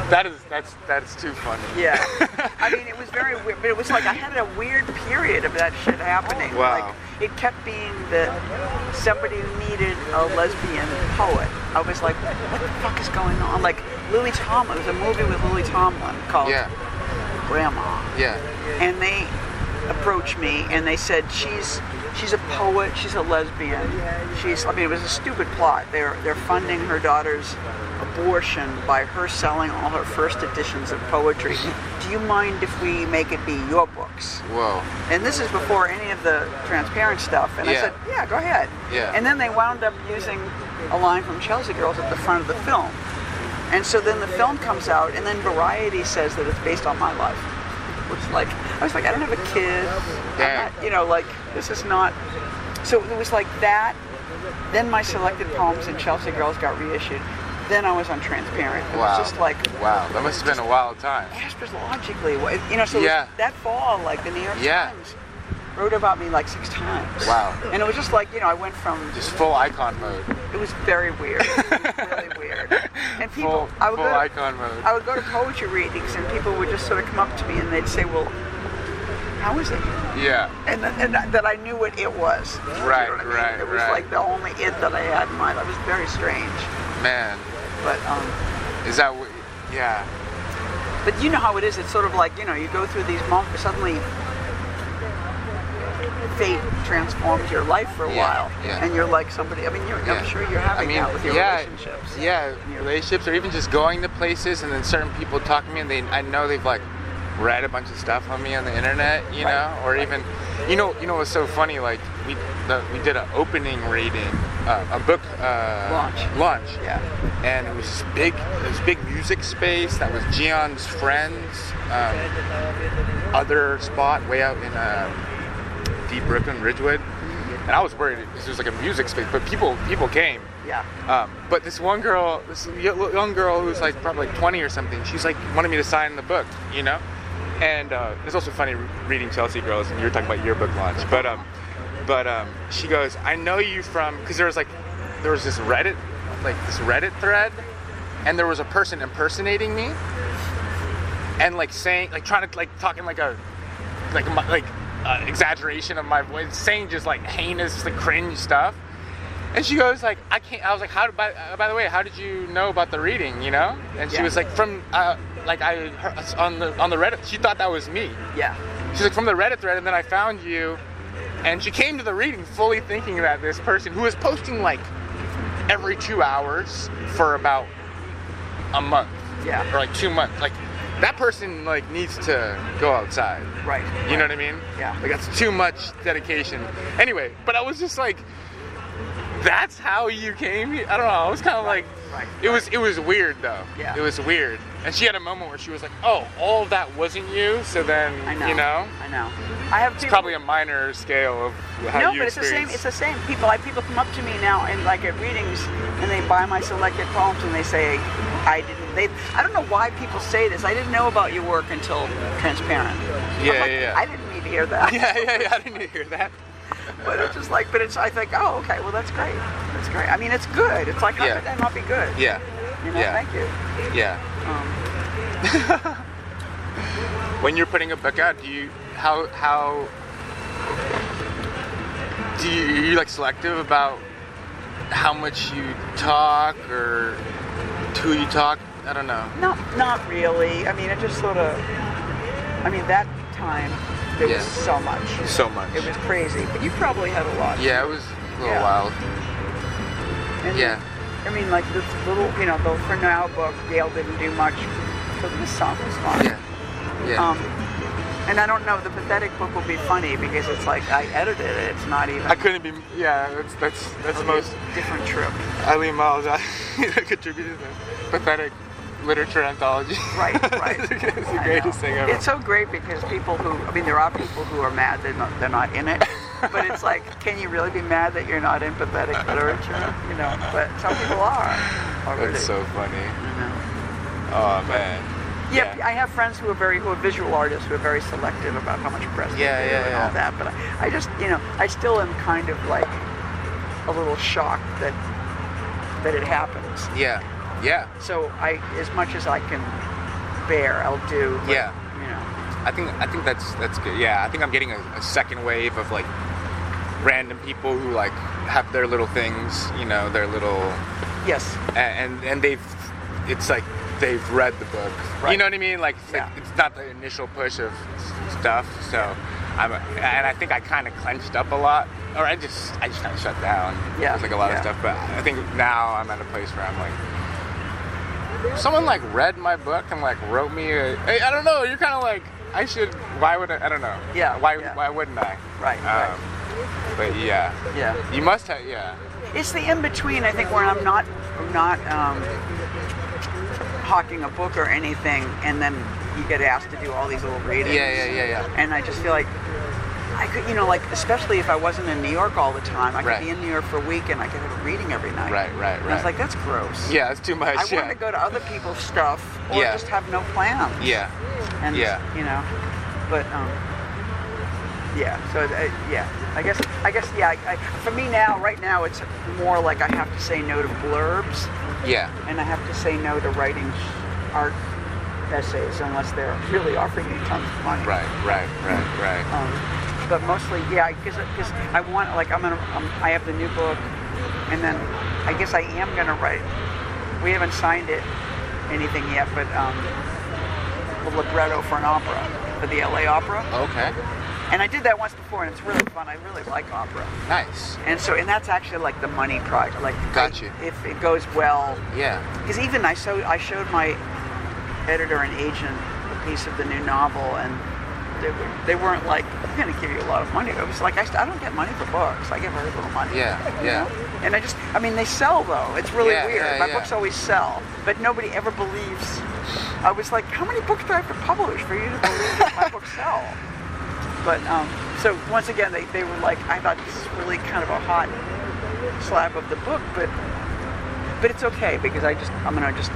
Speaker 2: that is that's that's too funny.
Speaker 1: Yeah. I mean, it was very weird, but it was like I had a weird period of that shit happening.
Speaker 6: Wow.
Speaker 1: Like, it kept being that somebody needed a lesbian poet. I was like, what the fuck is going on? Like, Louis Tomlin, there's a movie with Louis Tomlin called Grandma.
Speaker 2: yeah.
Speaker 1: And they approached me and they said, she's she's a poet, she's a lesbian. She's, I mean, it was a stupid plot. They're, they're funding her daughter's abortion by her selling all her first editions of poetry. Do you mind if we make it be your books?
Speaker 2: Whoa.
Speaker 1: And this is before any of the transparent stuff. And I
Speaker 2: Yeah.
Speaker 1: said, yeah, go ahead.
Speaker 2: Yeah.
Speaker 1: And then they wound up using a line from Chelsea Girls at the front of the film. And so then the film comes out, and then Variety says that it's based on my life. Which, like, I was like, I don't have a kid. I'm
Speaker 2: Yeah.
Speaker 1: not- you know, like, this is not. So it was like that. Then my selected poems and Chelsea Girls got reissued. Then I was on Transparent. It was
Speaker 2: Wow.
Speaker 1: just like,
Speaker 2: Wow. That must have been a wild time.
Speaker 1: astrologically, what- you know, so it was-
Speaker 2: Yeah.
Speaker 1: that fall, like the New York
Speaker 2: Yeah.
Speaker 1: Times wrote about me like six times.
Speaker 2: Wow.
Speaker 1: And it was just like, you know, I went from,
Speaker 2: Just full icon mode.
Speaker 1: it was very weird, It was really weird. And people,
Speaker 2: Full,
Speaker 1: I would
Speaker 2: full
Speaker 1: go to,
Speaker 2: icon mode.
Speaker 1: I would go to poetry readings and people would just sort of come up to me and they'd say, well, how is it?
Speaker 2: yeah.
Speaker 1: And, th- and th- that I knew what it was. You know
Speaker 2: Right,
Speaker 1: what I mean?
Speaker 2: right,
Speaker 1: It was
Speaker 2: right.
Speaker 1: like the only it that I had in mind. That was very strange.
Speaker 2: Man,
Speaker 1: But, um,
Speaker 2: is that what? Yeah.
Speaker 1: But you know how it is. It's sort of like you know, you go through these moments. Suddenly, fate transforms your life for a
Speaker 2: Yeah,
Speaker 1: while,
Speaker 2: yeah.
Speaker 1: and you're like somebody. I mean, you're,
Speaker 2: Yeah.
Speaker 1: I'm sure you're having
Speaker 2: I mean,
Speaker 1: that with your
Speaker 2: yeah,
Speaker 1: relationships.
Speaker 2: Yeah, relationships, or even just going to places, and then certain people talk to me, and they, I know they've like read a bunch of stuff on me on the internet, you know, or even, you know, you know what's so funny? Like we, the, we did an opening reading, uh, a book uh,
Speaker 1: Launch.
Speaker 2: launch,
Speaker 1: Yeah.
Speaker 2: and it was this big, it was big music space that was Gian's friends, um, other spot way out in. Uh, deep Brooklyn, Ridgewood, and I was worried because it was like a music space, but people people came.
Speaker 1: Yeah.
Speaker 2: Um, but this one girl, this y- young girl who's like probably like 20 or something, she's like wanted me to sign the book, you know. And uh, it's also funny re- reading Chelsea Girls, and you were talking about your book launch, but um, but um, she goes, I know you from because there was like there was this Reddit, like this Reddit thread, and there was a person impersonating me, and like saying like trying to like talking like a like my, like uh, exaggeration of my voice, saying just like heinous, like cringe stuff. And she goes like, I can't. I was like, how? By, uh, by the way, how did you know about the reading? You know? And she
Speaker 1: Yeah.
Speaker 2: was like, from uh, like I her, on the on the Reddit. She thought that was me.
Speaker 1: Yeah.
Speaker 2: She's like from the Reddit thread, and then I found you. And she came to the reading fully thinking that this person who was posting like every two hours for about a month,
Speaker 1: Yeah.
Speaker 2: or like two months, like that person like needs to go outside.
Speaker 1: Right.
Speaker 2: You know what I mean?
Speaker 1: Yeah.
Speaker 2: Like that's too much dedication. Anyway, but I was just like, that's how you came here. I don't know. I was kind of like,
Speaker 1: right,
Speaker 2: it was it was weird though.
Speaker 1: Yeah.
Speaker 2: It was weird. And she had a moment where she was like, oh, all of that wasn't you. So then
Speaker 1: I know.
Speaker 2: you know,
Speaker 1: I know. I have
Speaker 2: it's probably a minor scale of how
Speaker 1: no,
Speaker 2: you
Speaker 1: but it's the same.
Speaker 2: experience-
Speaker 1: It's the same. People, like people come up to me now and like at readings, and they buy my selected poems, and they say, "I didn't." They, I don't know why people say this. I didn't know about your work until Transparent. I'm
Speaker 2: Yeah,
Speaker 1: like,
Speaker 2: yeah, yeah.
Speaker 1: I didn't need to hear that.
Speaker 2: yeah, yeah, yeah. I didn't hear that.
Speaker 1: But it's just like, but it's. I think, oh, okay, well, that's great. That's great. I mean, it's good. It's like, how
Speaker 2: Yeah.
Speaker 1: could that not be good?
Speaker 2: Yeah,
Speaker 1: You know,
Speaker 2: yeah.
Speaker 1: thank you.
Speaker 2: yeah.
Speaker 1: Um,
Speaker 2: Um. When you're putting a book out, do you how how do you are you like selective about how much you talk or to who you talk? I don't know.
Speaker 1: not, not really. I mean, it just sort of. I mean, that time there was
Speaker 2: Yeah.
Speaker 1: so much.
Speaker 2: So much.
Speaker 1: It was crazy. But you probably had a lot.
Speaker 2: Yeah, it was a little
Speaker 1: Yeah.
Speaker 2: wild.
Speaker 1: And
Speaker 2: Yeah.
Speaker 1: I mean, like this little, you know, the For Now book, Gail didn't do much, so this song was fun.
Speaker 2: Yeah. Yeah.
Speaker 1: Um, and I don't know, the pathetic book will be funny because it's like I edited it. It's not even.
Speaker 2: I couldn't be. Yeah, that's that's that's
Speaker 1: a
Speaker 2: most
Speaker 1: different trip.
Speaker 2: Eileen Miles I contributed. to Pathetic. literature anthology.
Speaker 1: Right, right.
Speaker 2: it's the
Speaker 1: I
Speaker 2: greatest
Speaker 1: know.
Speaker 2: thing ever.
Speaker 1: It's so great because people who, I mean, there are people who are mad they're not, they're not in it, but it's like, can you really be mad that you're not in pathetic literature? You know, but some people are already.
Speaker 2: That's so funny.
Speaker 1: you know.
Speaker 2: Oh man.
Speaker 1: Yeah,
Speaker 2: Yeah.
Speaker 1: I have friends who are very who are visual artists who are very selective about how much press
Speaker 2: Yeah,
Speaker 1: they do
Speaker 2: yeah,
Speaker 1: and
Speaker 2: yeah.
Speaker 1: all that. But I, I just you know I still am kind of like a little shocked that that it happens.
Speaker 2: Yeah. Yeah.
Speaker 1: So I as much as I can bear, I'll do. but,
Speaker 2: Yeah.
Speaker 1: You know.
Speaker 2: I think I think that's that's good. Yeah, I think I'm getting a, a second wave of like random people who like have their little things, you know, their little
Speaker 1: Yes.
Speaker 2: a- and and they've it's like they've read the book. You
Speaker 1: Right.
Speaker 2: know what I mean? Like it's, like,
Speaker 1: Yeah.
Speaker 2: it's not the initial push of s- stuff. So I'm and I think I kind of clenched up a lot, or I just I just kind of shut down.
Speaker 1: Yeah.
Speaker 2: There's like a lot
Speaker 1: Yeah.
Speaker 2: of stuff, but I think now I'm at a place where I'm like. Someone like read my book and like wrote me a. Hey, I don't know. You're kind of like I should. Why would I? I don't know.
Speaker 1: Yeah,
Speaker 2: Why
Speaker 1: yeah.
Speaker 2: Why wouldn't I?
Speaker 1: Right, right.
Speaker 2: Um, But yeah,
Speaker 1: Yeah.
Speaker 2: you must have. Yeah.
Speaker 1: It's the in between, I think, where I'm not I'm not um, hawking a book or anything, and then you get asked to do all these little readings.
Speaker 2: Yeah, yeah, yeah, yeah.
Speaker 1: And I just feel like I could, you know, like especially if I wasn't in New York all the time, I could
Speaker 2: Right.
Speaker 1: be in New York for a week and I could have a reading every night.
Speaker 2: Right, right,
Speaker 1: And I was
Speaker 2: right.
Speaker 1: like, that's gross.
Speaker 2: Yeah, it's too much.
Speaker 1: I
Speaker 2: yeah.
Speaker 1: want to go to other people's stuff or
Speaker 2: Yeah.
Speaker 1: just have no plans.
Speaker 2: Yeah.
Speaker 1: And
Speaker 2: yeah.
Speaker 1: you know, but um, yeah. So uh, yeah, I guess I guess yeah. I, I, for me now, right now, it's more like I have to say no to blurbs
Speaker 2: Yeah.
Speaker 1: and I have to say no to writing art essays unless they're really offering me tons of money.
Speaker 2: Right, right, right, right.
Speaker 1: Um, but mostly, yeah, because I want like I'm gonna um, I have the new book, and then I guess I am gonna write. We haven't signed it anything yet, but um, a libretto for an opera for the LA Opera,
Speaker 2: Okay.
Speaker 1: and I did that once before, and it's really fun. I really like opera,
Speaker 2: Nice.
Speaker 1: and so and that's actually like the money project. Like,
Speaker 2: Gotcha.
Speaker 1: If it goes well,
Speaker 2: Yeah.
Speaker 1: because even I so I showed my editor and agent a piece of the new novel, and they, were, they weren't like, "We're going to give you a lot of money." It was like, I, st- "I don't get money for books. I get very little money."
Speaker 2: Yeah,
Speaker 1: you
Speaker 2: yeah.
Speaker 1: know? And I just, I mean, they sell though. It's really
Speaker 2: Yeah,
Speaker 1: weird.
Speaker 2: yeah,
Speaker 1: my
Speaker 2: yeah.
Speaker 1: books always sell, but nobody ever believes. I was like, "How many books do I have to publish for you to believe that my books sell?" But um, so once again, they, they were like, "I thought this is really kind of a hot slab of the book, but but it's okay because I just I'm gonna just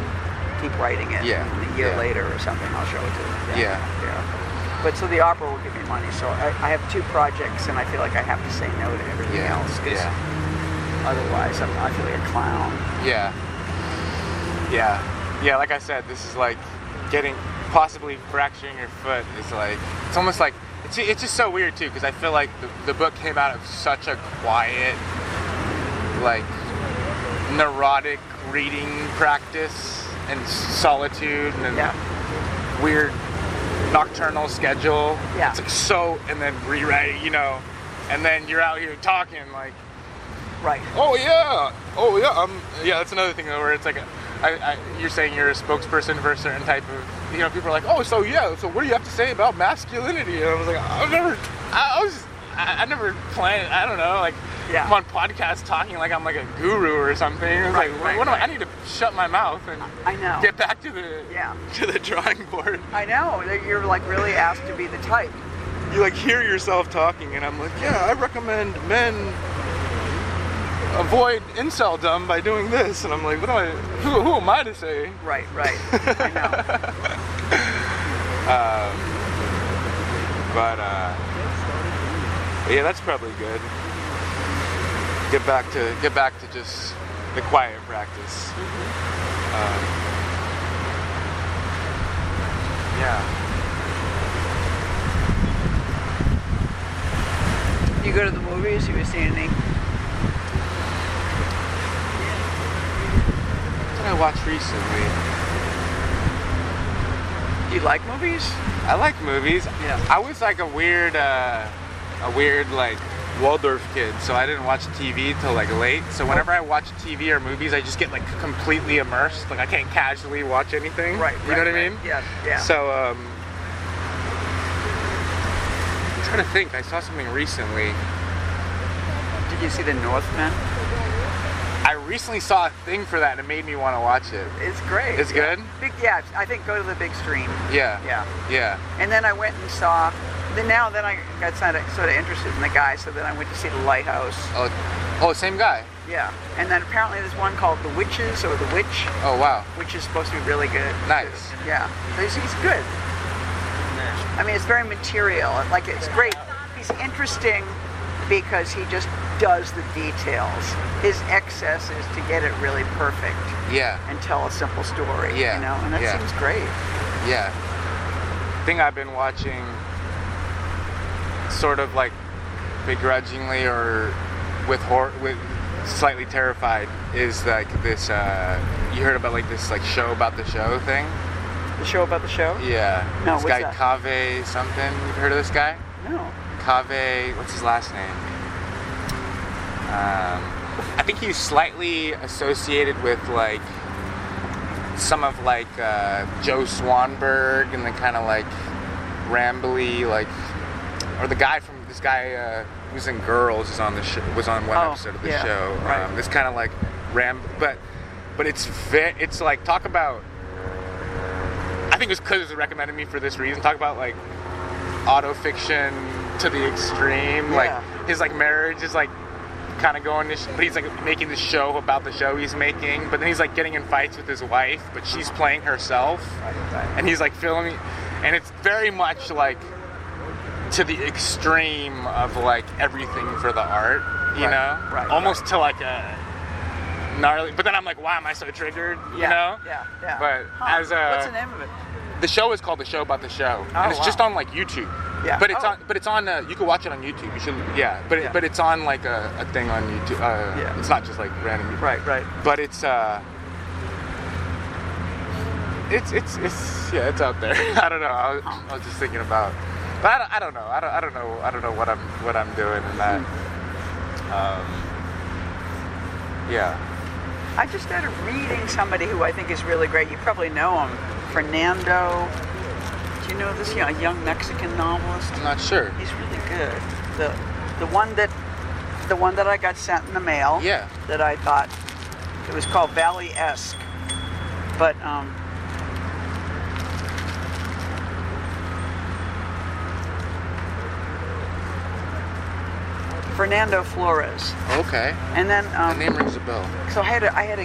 Speaker 1: keep writing it.
Speaker 2: Yeah,
Speaker 1: And a year
Speaker 2: yeah.
Speaker 1: later or something, I'll show it to them.
Speaker 2: Yeah.
Speaker 1: yeah. But so the opera will give me money. So I, I have two projects, and I feel like I have to say no to everything
Speaker 2: Yeah,
Speaker 1: else because
Speaker 2: yeah.
Speaker 1: otherwise I'm, I feel like a clown.
Speaker 2: Yeah. Yeah. Yeah, like I said, this is like getting possibly fracturing your foot is like it's almost like it's, it's just so weird too because I feel like the, the book came out of such a quiet like neurotic reading practice and solitude and
Speaker 1: Yeah.
Speaker 2: weird nocturnal schedule.
Speaker 1: Yeah.
Speaker 2: It's like so, and then rewrite, you know, and then you're out here talking like,
Speaker 1: Right.
Speaker 2: oh yeah, oh yeah, um, yeah. That's another thing though, where it's like, a, I, I, you're saying you're a spokesperson for a certain type of, you know, people are like, oh, so yeah, so what do you have to say about masculinity? And I was like, I've never, I, I was, I, I never planned, I don't know, like.
Speaker 1: Yeah.
Speaker 2: I'm on podcasts talking like I'm like a guru or something. It's
Speaker 1: Right,
Speaker 2: like,
Speaker 1: right,
Speaker 2: what
Speaker 1: right.
Speaker 2: am I? I need to shut my mouth and
Speaker 1: I know.
Speaker 2: get back to the
Speaker 1: Yeah.
Speaker 2: to the drawing board.
Speaker 1: I know that you're like really asked to be the type.
Speaker 2: you like hear yourself talking, and I'm like, yeah, I recommend men avoid inceldom by doing this, and I'm like, what am I? Who, who am I to say?
Speaker 1: Right. Right. I know.
Speaker 2: But uh, yeah, that's probably good. Get back to get back to just the quiet practice. Um, yeah.
Speaker 1: You go to the movies. You see any?
Speaker 2: What did I watch recently?
Speaker 1: Do you like movies?
Speaker 2: I like movies.
Speaker 1: Yeah.
Speaker 2: I was like a weird, uh, a weird like Waldorf kid, so I didn't watch TV till like late. So whenever I watch TV or movies, I just get like completely immersed. Like I can't casually watch anything.
Speaker 1: Right.
Speaker 2: Hmm? You know
Speaker 1: right,
Speaker 2: what I
Speaker 1: right.
Speaker 2: mean?
Speaker 1: Yeah. Yeah.
Speaker 2: So um, I'm trying to think. I saw something recently.
Speaker 1: Did you see The Northman?
Speaker 2: I recently saw a thing for that and it made me want to watch it.
Speaker 1: It's great.
Speaker 2: It's
Speaker 1: yeah.
Speaker 2: good?
Speaker 1: Big, yeah, I think go to the big stream.
Speaker 2: Yeah.
Speaker 1: Yeah.
Speaker 2: Yeah.
Speaker 1: And then I went and saw. Then now then I got sort of, sort of interested in the guy, so then I went to see the lighthouse.
Speaker 2: Oh, oh, same guy.
Speaker 1: Yeah. And then apparently there's one called The Witches or The Witch,
Speaker 2: Oh wow.
Speaker 1: which is supposed to be really good.
Speaker 2: Nice.
Speaker 1: Yeah. So he's, he's good. I mean, it's very material. and, Like it's great. He's interesting because he just does the details. His excess is to get it really perfect
Speaker 2: Yeah.
Speaker 1: and tell a simple story.
Speaker 2: Yeah,
Speaker 1: You know, and that
Speaker 2: yeah.
Speaker 1: seems great.
Speaker 2: Yeah. Thing I've been watching sort of like begrudgingly or with hor- with slightly terrified is like this uh you heard about like this like show about the show thing?
Speaker 1: The show about the show?
Speaker 2: Yeah.
Speaker 1: No,
Speaker 2: this
Speaker 1: what's
Speaker 2: guy
Speaker 1: that?
Speaker 2: Cave something. You've heard of this guy?
Speaker 1: No.
Speaker 2: Cave, what's his last name? Um, I think he's slightly associated with like some of like uh, Joe Swanberg and the kind of like rambly like, or the guy from this guy uh, who's in Girls is on the show was on one
Speaker 1: Oh,
Speaker 2: episode of the
Speaker 1: yeah,
Speaker 2: show. Um,
Speaker 1: right.
Speaker 2: It's kind of like ram, but but it's fit. It's like talk about. I think it was because it recommended me for this reason. Talk about like auto fiction to the extreme.
Speaker 1: Yeah.
Speaker 2: Like his like marriage is like kind of going to, sh- but he's like making the show about the show he's making. But then he's like getting in fights with his wife, but she's playing herself, and he's like filming, and it's very much like to the extreme of like everything for the art, you
Speaker 1: Right,
Speaker 2: know,
Speaker 1: right,
Speaker 2: almost to like a gnarly. But then I'm like, why am I so triggered, you know?
Speaker 1: Yeah, yeah.
Speaker 2: But
Speaker 1: Huh,
Speaker 2: as a
Speaker 1: what's the name of it?
Speaker 2: the show is called the show about the show,
Speaker 1: Oh,
Speaker 2: and it's
Speaker 1: wow.
Speaker 2: just on like YouTube.
Speaker 1: Yeah.
Speaker 2: But it's
Speaker 1: Oh.
Speaker 2: on. But it's on. Uh, you can watch it on YouTube. You should. Yeah. But it,
Speaker 1: Yeah.
Speaker 2: but it's on like a, a thing on YouTube. Uh,
Speaker 1: Yeah.
Speaker 2: It's not just like random.
Speaker 1: Right, right.
Speaker 2: But it's. uh It's it's it's yeah it's out there. I don't know. I was, I was just thinking about. But I don't, I don't know. I don't, I don't know. I don't know what I'm what I'm doing in that. Um, yeah.
Speaker 1: I just started reading somebody who I think is really great. You probably know him, Fernando. Do you know this young, young Mexican novelist?
Speaker 2: I'm not sure.
Speaker 1: He's really good. The the one that the one that I got sent in the mail.
Speaker 2: Yeah.
Speaker 1: That I thought it was called Valley Esque, but um. Fernando Flores,
Speaker 2: Okay.
Speaker 1: and then
Speaker 2: The
Speaker 1: um,
Speaker 2: name rings a bell.
Speaker 1: so I had a, I had a,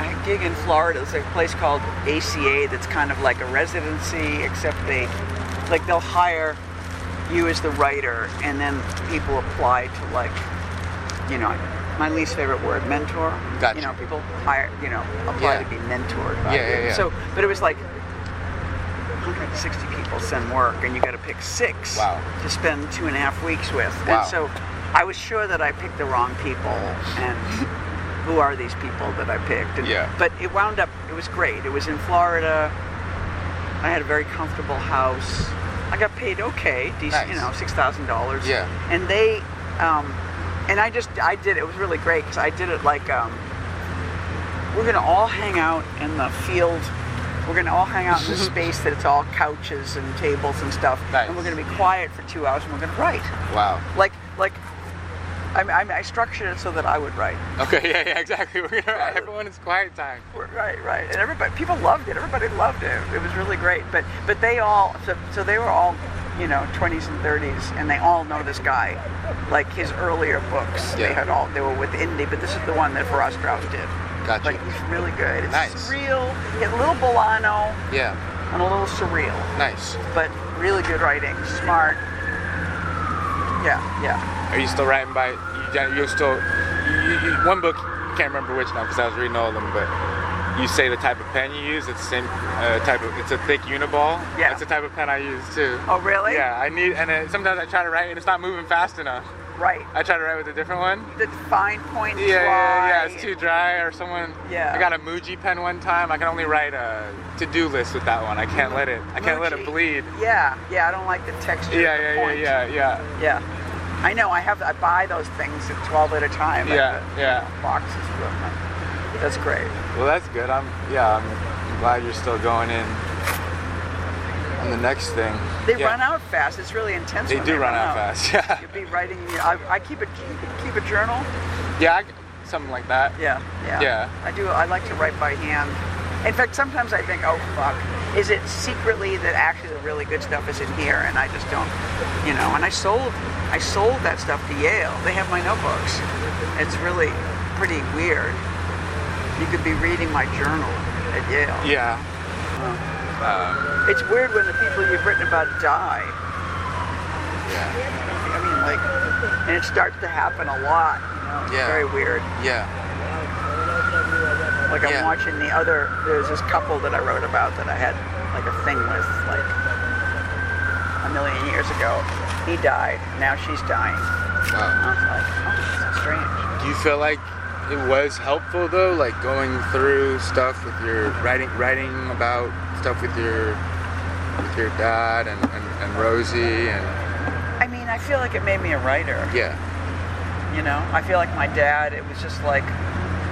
Speaker 1: I had a gig in Florida. It's a place called ACA that's kind of like a residency, except they, like they'll hire you as the writer, and then people apply to like, you know, my least favorite word, mentor.
Speaker 2: Gotcha.
Speaker 1: You know, people hire, you know, apply
Speaker 2: Yeah.
Speaker 1: to be mentored. By
Speaker 2: Yeah, yeah,
Speaker 1: you.
Speaker 2: yeah.
Speaker 1: So, but it was like 160 people send work, and you got to pick six
Speaker 2: Wow.
Speaker 1: to spend two and a half weeks with.
Speaker 2: Wow.
Speaker 1: And so I was sure that I picked the wrong people, and who are these people that I picked? And,
Speaker 2: Yeah.
Speaker 1: But it wound up, it was great. It was in Florida. I had a very comfortable house. I got paid okay, decent, you
Speaker 2: Nice.
Speaker 1: know, six thousand dollars.
Speaker 2: Yeah.
Speaker 1: And they, um, and I just, I did. It was really great because I did it like. Um, we're gonna all hang out in the field. We're gonna all hang out in the space that it's all couches and tables and stuff,
Speaker 2: Nice.
Speaker 1: and we're gonna be quiet for two hours and we're gonna write.
Speaker 2: Wow.
Speaker 1: Like, like, I, I, I structured it so that I would write.
Speaker 2: Okay, yeah, yeah, exactly. We're gonna, everyone is quiet time.
Speaker 1: Right, right, and everybody, people loved it. Everybody loved it. It was really great. But, but they all, so, so they were all, you know, 20s and 30s, and they all know this guy. Like his earlier books, they
Speaker 2: Yeah.
Speaker 1: had all, they were with indie, but this is the one that Faraz Strauss did.
Speaker 2: Gotcha.
Speaker 1: Like he's really good. It's
Speaker 2: Nice.
Speaker 1: real. Get a little Bolano
Speaker 2: Yeah,
Speaker 1: and a little surreal,
Speaker 2: nice.
Speaker 1: but really good writing. Smart. Yeah, yeah.
Speaker 2: Are you still writing by? You, done- you're still you, you, one book. I can't remember which now because I was reading all of them. But you say the type of pen you use. It's the same uh, type of. It's a thick uniball.
Speaker 1: Yeah.
Speaker 2: That's the type of pen I use too.
Speaker 1: Oh, really?
Speaker 2: Yeah, I need and it, sometimes I try to write and it's not moving fast enough.
Speaker 1: Right.
Speaker 2: I try to write with a different one.
Speaker 1: The fine point.
Speaker 2: Yeah, yeah, yeah. It's
Speaker 1: dry.
Speaker 2: too dry or someone.
Speaker 1: Yeah.
Speaker 2: I got a Muji pen one time. I can only write a to-do list with that one. I can't let it. I can't let it
Speaker 1: Muji.
Speaker 2: bleed.
Speaker 1: Yeah, yeah, I don't like the texture.
Speaker 2: Yeah,
Speaker 1: of the
Speaker 2: yeah, yeah,
Speaker 1: point.
Speaker 2: yeah, yeah.
Speaker 1: Yeah. I know. I have. I buy those things at twelve at a time. at
Speaker 2: Yeah,
Speaker 1: the
Speaker 2: yeah.
Speaker 1: Boxes. of them. That's great.
Speaker 2: Well, that's good. I'm yeah. I'm, I'm glad you're still going in on the next thing.
Speaker 1: They
Speaker 2: Yeah.
Speaker 1: run out fast. It's really intense.
Speaker 2: They
Speaker 1: when
Speaker 2: do run out fast. Yeah.
Speaker 1: You'll be writing. I, I keep a keep a journal.
Speaker 2: Yeah. I, something like that.
Speaker 1: Yeah, yeah.
Speaker 2: Yeah.
Speaker 1: I do. I like to write by hand. In fact, sometimes I think, oh fuck, is it secretly that actually the really good stuff is in here, and I just don't, you know? And I sold, I sold that stuff to Yale. They have my notebooks. It's really pretty weird. You could be reading my journal at Yale.
Speaker 2: Yeah.
Speaker 1: It's weird when the people you've written about die. I mean, like, and it starts to happen a lot. You know?
Speaker 2: Yeah.
Speaker 1: Very weird.
Speaker 2: Yeah.
Speaker 1: Like I'm
Speaker 2: Yeah.
Speaker 1: watching the other. There's this couple that I wrote about that I had like a thing with like a million years ago. He died. Now she's dying. And I was like, oh, this is strange.
Speaker 3: Do you feel like it was helpful though, like going through stuff with your writing, writing about stuff with your with your dad and, and, and Rosie and
Speaker 1: I mean, I feel like it made me a writer.
Speaker 3: yeah,
Speaker 1: You know, I feel like my dad. It was just like,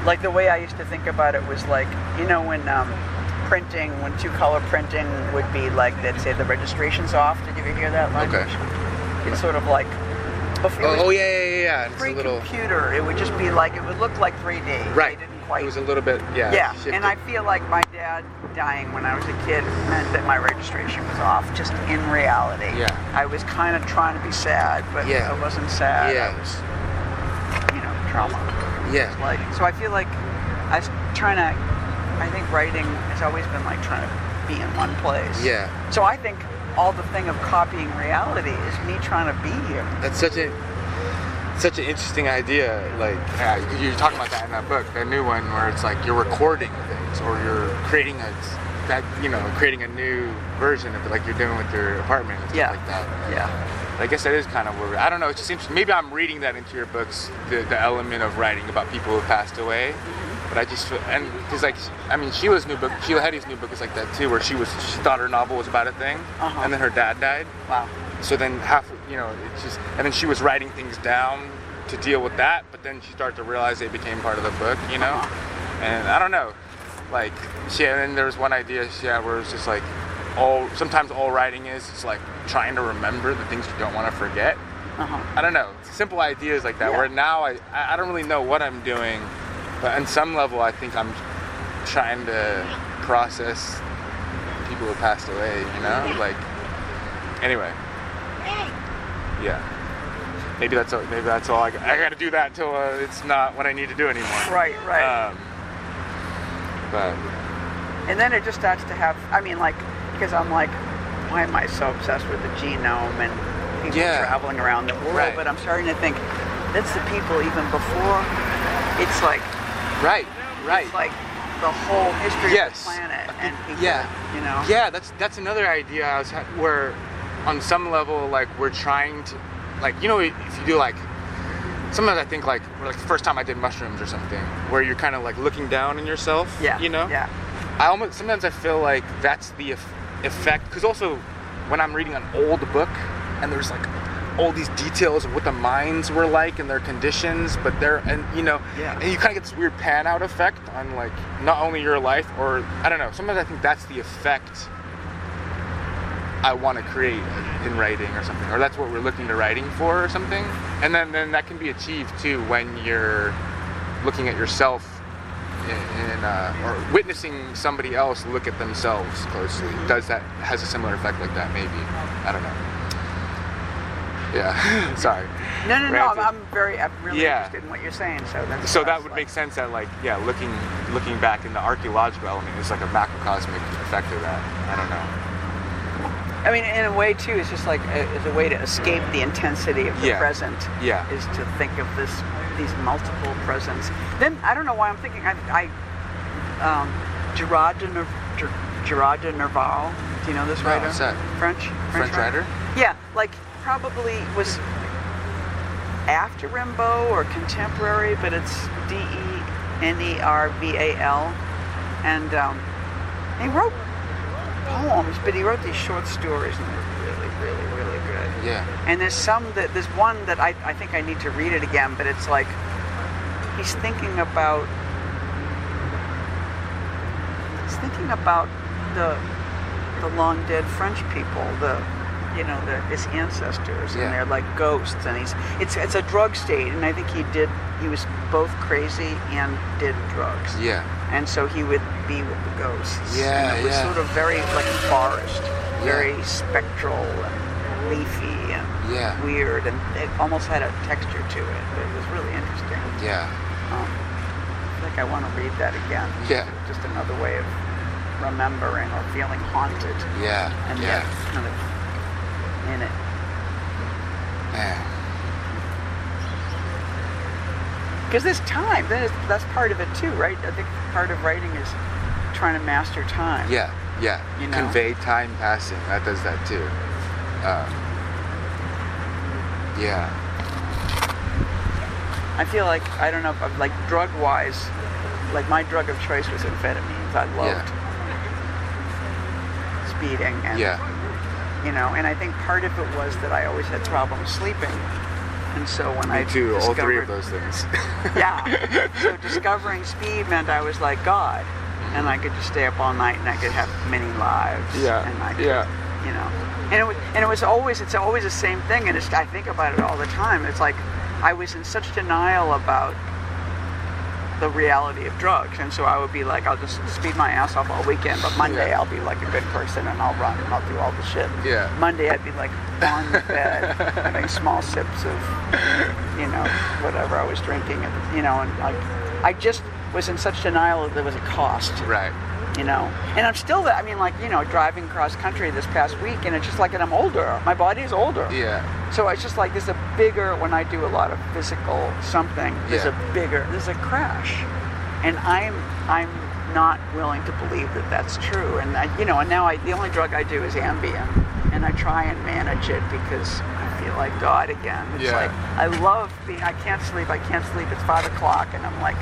Speaker 1: like the way I used to think about it was like, you know, when um, printing, when two color printing would be like, they'd say the registration's off. Did you ever hear that language? It's sort of like. before- it was
Speaker 3: oh, oh yeah, yeah, yeah, yeah. It's a little
Speaker 1: pre-computer, it would just be like it would look like 3D.
Speaker 3: right.
Speaker 1: They didn't quite.
Speaker 3: It was a little bit yeah.
Speaker 1: yeah,
Speaker 3: shifted.
Speaker 1: and I feel like my dad dying when I was a kid meant that my registration was off. Just in reality,
Speaker 3: Yeah.
Speaker 1: I was kind of trying to be sad, but
Speaker 3: Yeah.
Speaker 1: I wasn't sad. I
Speaker 3: Yeah.
Speaker 1: uh, was, you know, trauma.
Speaker 3: yeah.
Speaker 1: Like, so I feel like I was trying to. I think writing has always been like trying to be in one place.
Speaker 3: Yeah.
Speaker 1: So I think all the thing of copying reality is me trying to be here.
Speaker 3: That's such a such an interesting idea. Like
Speaker 2: Yeah, you- you're talking about that in that book, that new one where it's like you're recording things or you're creating a that you know creating a new version of it, like you're doing with your apartment and stuff
Speaker 1: Yeah.
Speaker 2: like that.
Speaker 1: Yeah.
Speaker 2: I guess that is kind of where I don't know. It just seems maybe I'm reading that into your books, the, the element of writing about people who passed away. But I just feel, and because like I mean Sheila's new book, Sheila Hetty's new book is like that too, where she was she thought her novel was about a thing,
Speaker 1: Uh-huh.
Speaker 2: and then her dad died.
Speaker 1: Wow.
Speaker 2: So then half, you know, it's just, and then she was writing things down to deal with that, but then she started to realize they became part of the book, you know? And I don't know, like, she, and then there was one idea she had where it's just like, all, sometimes all writing is, it's like trying to remember the things you don't want to forget.
Speaker 1: Uh-huh.
Speaker 2: I don't know, simple ideas like that,
Speaker 1: Yeah.
Speaker 2: where now I, I I don't really know what I'm doing, but on some level I think I'm trying to process people who passed away, you know? Like, anyway. Yeah. Maybe that's all, maybe that's all I, got. I got to do that until uh, it's not what I need to do anymore.
Speaker 1: Right. Right.
Speaker 2: Um, but
Speaker 1: And then it just starts to have, I mean, like, because I'm like, why am I so obsessed with the genome and people
Speaker 2: Yeah.
Speaker 1: traveling around the world?
Speaker 2: Right.
Speaker 1: But I'm starting to think that's the people even before. It's like,
Speaker 2: right, right.
Speaker 1: it's like the whole history
Speaker 2: Yes.
Speaker 1: of the planet
Speaker 2: I
Speaker 1: and
Speaker 2: think-
Speaker 1: people,
Speaker 2: yeah.
Speaker 1: you know?
Speaker 2: Yeah, that's that's another idea I was ha- where on some level like we're trying to like you know if you do like sometimes I think like like the first time I did mushrooms or something where you're kind of like looking down on yourself,
Speaker 1: Yeah.
Speaker 2: you know?
Speaker 1: Yeah.
Speaker 2: I almost sometimes I feel like that's the eff- effect because also when I'm reading an old book and there's like all these details of what the minds were like and their conditions, but they're and you know,
Speaker 1: Yeah.
Speaker 2: and you kind of get this weird pan out effect on like not only your life or I don't know. Sometimes I think that's the effect I want to create in writing or something, or that's what we're looking to writing for or something. And then then that can be achieved too when you're looking at yourself in, in uh, or witnessing somebody else look at themselves closely does that has a similar effect like that maybe i don't know yeah sorry
Speaker 1: No, no, no. I'm,
Speaker 2: Granted.
Speaker 1: I'm very, I'm really
Speaker 2: Yeah.
Speaker 1: interested in what you're saying. So, that's
Speaker 2: so
Speaker 1: what I
Speaker 2: that
Speaker 1: was
Speaker 2: would
Speaker 1: like.
Speaker 2: make sense that like yeah looking looking back in the archaeological element is like a macrocosmic effect of that i don't know
Speaker 1: I mean, in a way, too, it's just like a, it's a way to escape the intensity of the
Speaker 2: Yeah.
Speaker 1: present.
Speaker 2: Yeah.
Speaker 1: Is to think of this these multiple presents. Then I don't know why I'm thinking. I, I um, Gerard de, Nerv, Ger- Gerard de Nerval. Do you know this writer?
Speaker 2: what's that?
Speaker 1: French.
Speaker 2: French writer?
Speaker 1: Yeah, like probably was after Rimbaud or contemporary, but it's D E N E R V A L, and um, he wrote poems, but he wrote these short stories, and they're really, really, really good.
Speaker 2: yeah
Speaker 1: And there's some that there's one that I, I think I need to read it again, but it's like he's thinking about he's thinking about the the long dead French people, the you know, the, his ancestors,
Speaker 2: Yeah.
Speaker 1: and they're like ghosts. And he's it's it's a drug state, and I think he did. He was both crazy and did drugs,
Speaker 2: Yeah.
Speaker 1: and so he would be with the ghosts.
Speaker 2: Yeah,
Speaker 1: and it was
Speaker 2: yeah.
Speaker 1: sort of very like forest, very spectral and leafy and
Speaker 2: Yeah.
Speaker 1: weird, and it almost had a texture to it. It was really interesting.
Speaker 2: Yeah.
Speaker 1: Um, I feel like I want to read that again.
Speaker 2: Yeah.
Speaker 1: Just another way of remembering or feeling haunted
Speaker 2: Yeah.
Speaker 1: and yet
Speaker 2: yeah.
Speaker 1: kind of in it.
Speaker 2: Man.
Speaker 1: Because there's time. That is, that's part of it too, right? I think part of writing is trying to master time.
Speaker 2: Yeah. Yeah.
Speaker 1: You know.
Speaker 2: Convey time passing. That does that too. Um, yeah.
Speaker 1: I feel like I don't know, if I'm, like drug wise, like my drug of choice was amphetamines. I loved speeding and
Speaker 2: Yeah.
Speaker 1: you know, and I think part of it was that I always had problems sleeping. And so when I
Speaker 2: Me too. All three
Speaker 1: discovered-
Speaker 2: of those things.
Speaker 1: yeah. So discovering speed meant I was like God, and I could just stay up all night and I could have many lives.
Speaker 2: Yeah,
Speaker 1: And I could,
Speaker 2: yeah.
Speaker 1: You know, and it was, and it was always it's always the same thing, and it's, I think about it all the time. It's like I was in such denial about the reality of drugs, and so I would be like, I'll just speed my ass off all weekend, but Monday
Speaker 2: Yeah.
Speaker 1: I'll be like a good person and I'll run and I'll do all the shit.
Speaker 2: Yeah.
Speaker 1: Monday I'd be like on the bed having small sips of you know, whatever I was drinking, and you know, and like, I just was in such denial that there was a cost,
Speaker 2: right.
Speaker 1: you know. And I'm still, that- I mean, like, you know, driving cross country this past week, and it's just like, and I'm older. My body's older.
Speaker 2: Yeah.
Speaker 1: So it's just like there's a bigger when I do a lot of physical something. There's
Speaker 2: Yeah.
Speaker 1: a bigger. There's a crash, and I'm I'm not willing to believe that that's true. And I, you know, and now I the only drug I do is Ambien, and I try and manage it because I feel like God again. It's
Speaker 2: Yeah.
Speaker 1: like I love being. I can't sleep. I can't sleep. It's five o'clock, and I'm like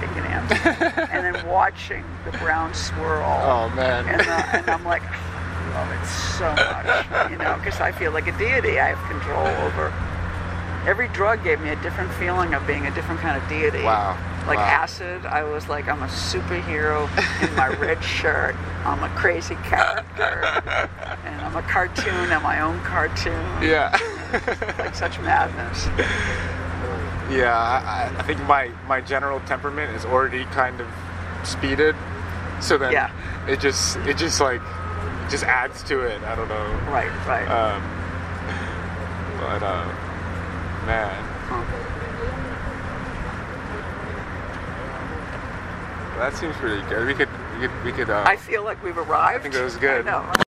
Speaker 1: taking Ambien, and then watching the brown swirl
Speaker 2: Oh man.
Speaker 1: and, uh, and I'm like, I love it so much, you know, because I feel like a deity. I have control over. Every drug gave me a different feeling of being a different kind of deity.
Speaker 2: Wow.
Speaker 1: Like
Speaker 2: Wow.
Speaker 1: acid, I was like, I'm a superhero in my red shirt. I'm a crazy character, and I'm a cartoon. I'm my own cartoon.
Speaker 2: yeah.
Speaker 1: Like such madness.
Speaker 3: Yeah, I, I- I think my, my general temperament is already kind of speeded, so then
Speaker 1: Yeah.
Speaker 3: it just it just like just adds to it. I don't know,
Speaker 1: Right, right.
Speaker 2: Uh,
Speaker 3: um, but uh, man,
Speaker 6: That seems pretty good. We could, we could, we could. Uh,
Speaker 1: I feel like we've arrived.
Speaker 3: it was good.
Speaker 1: I know.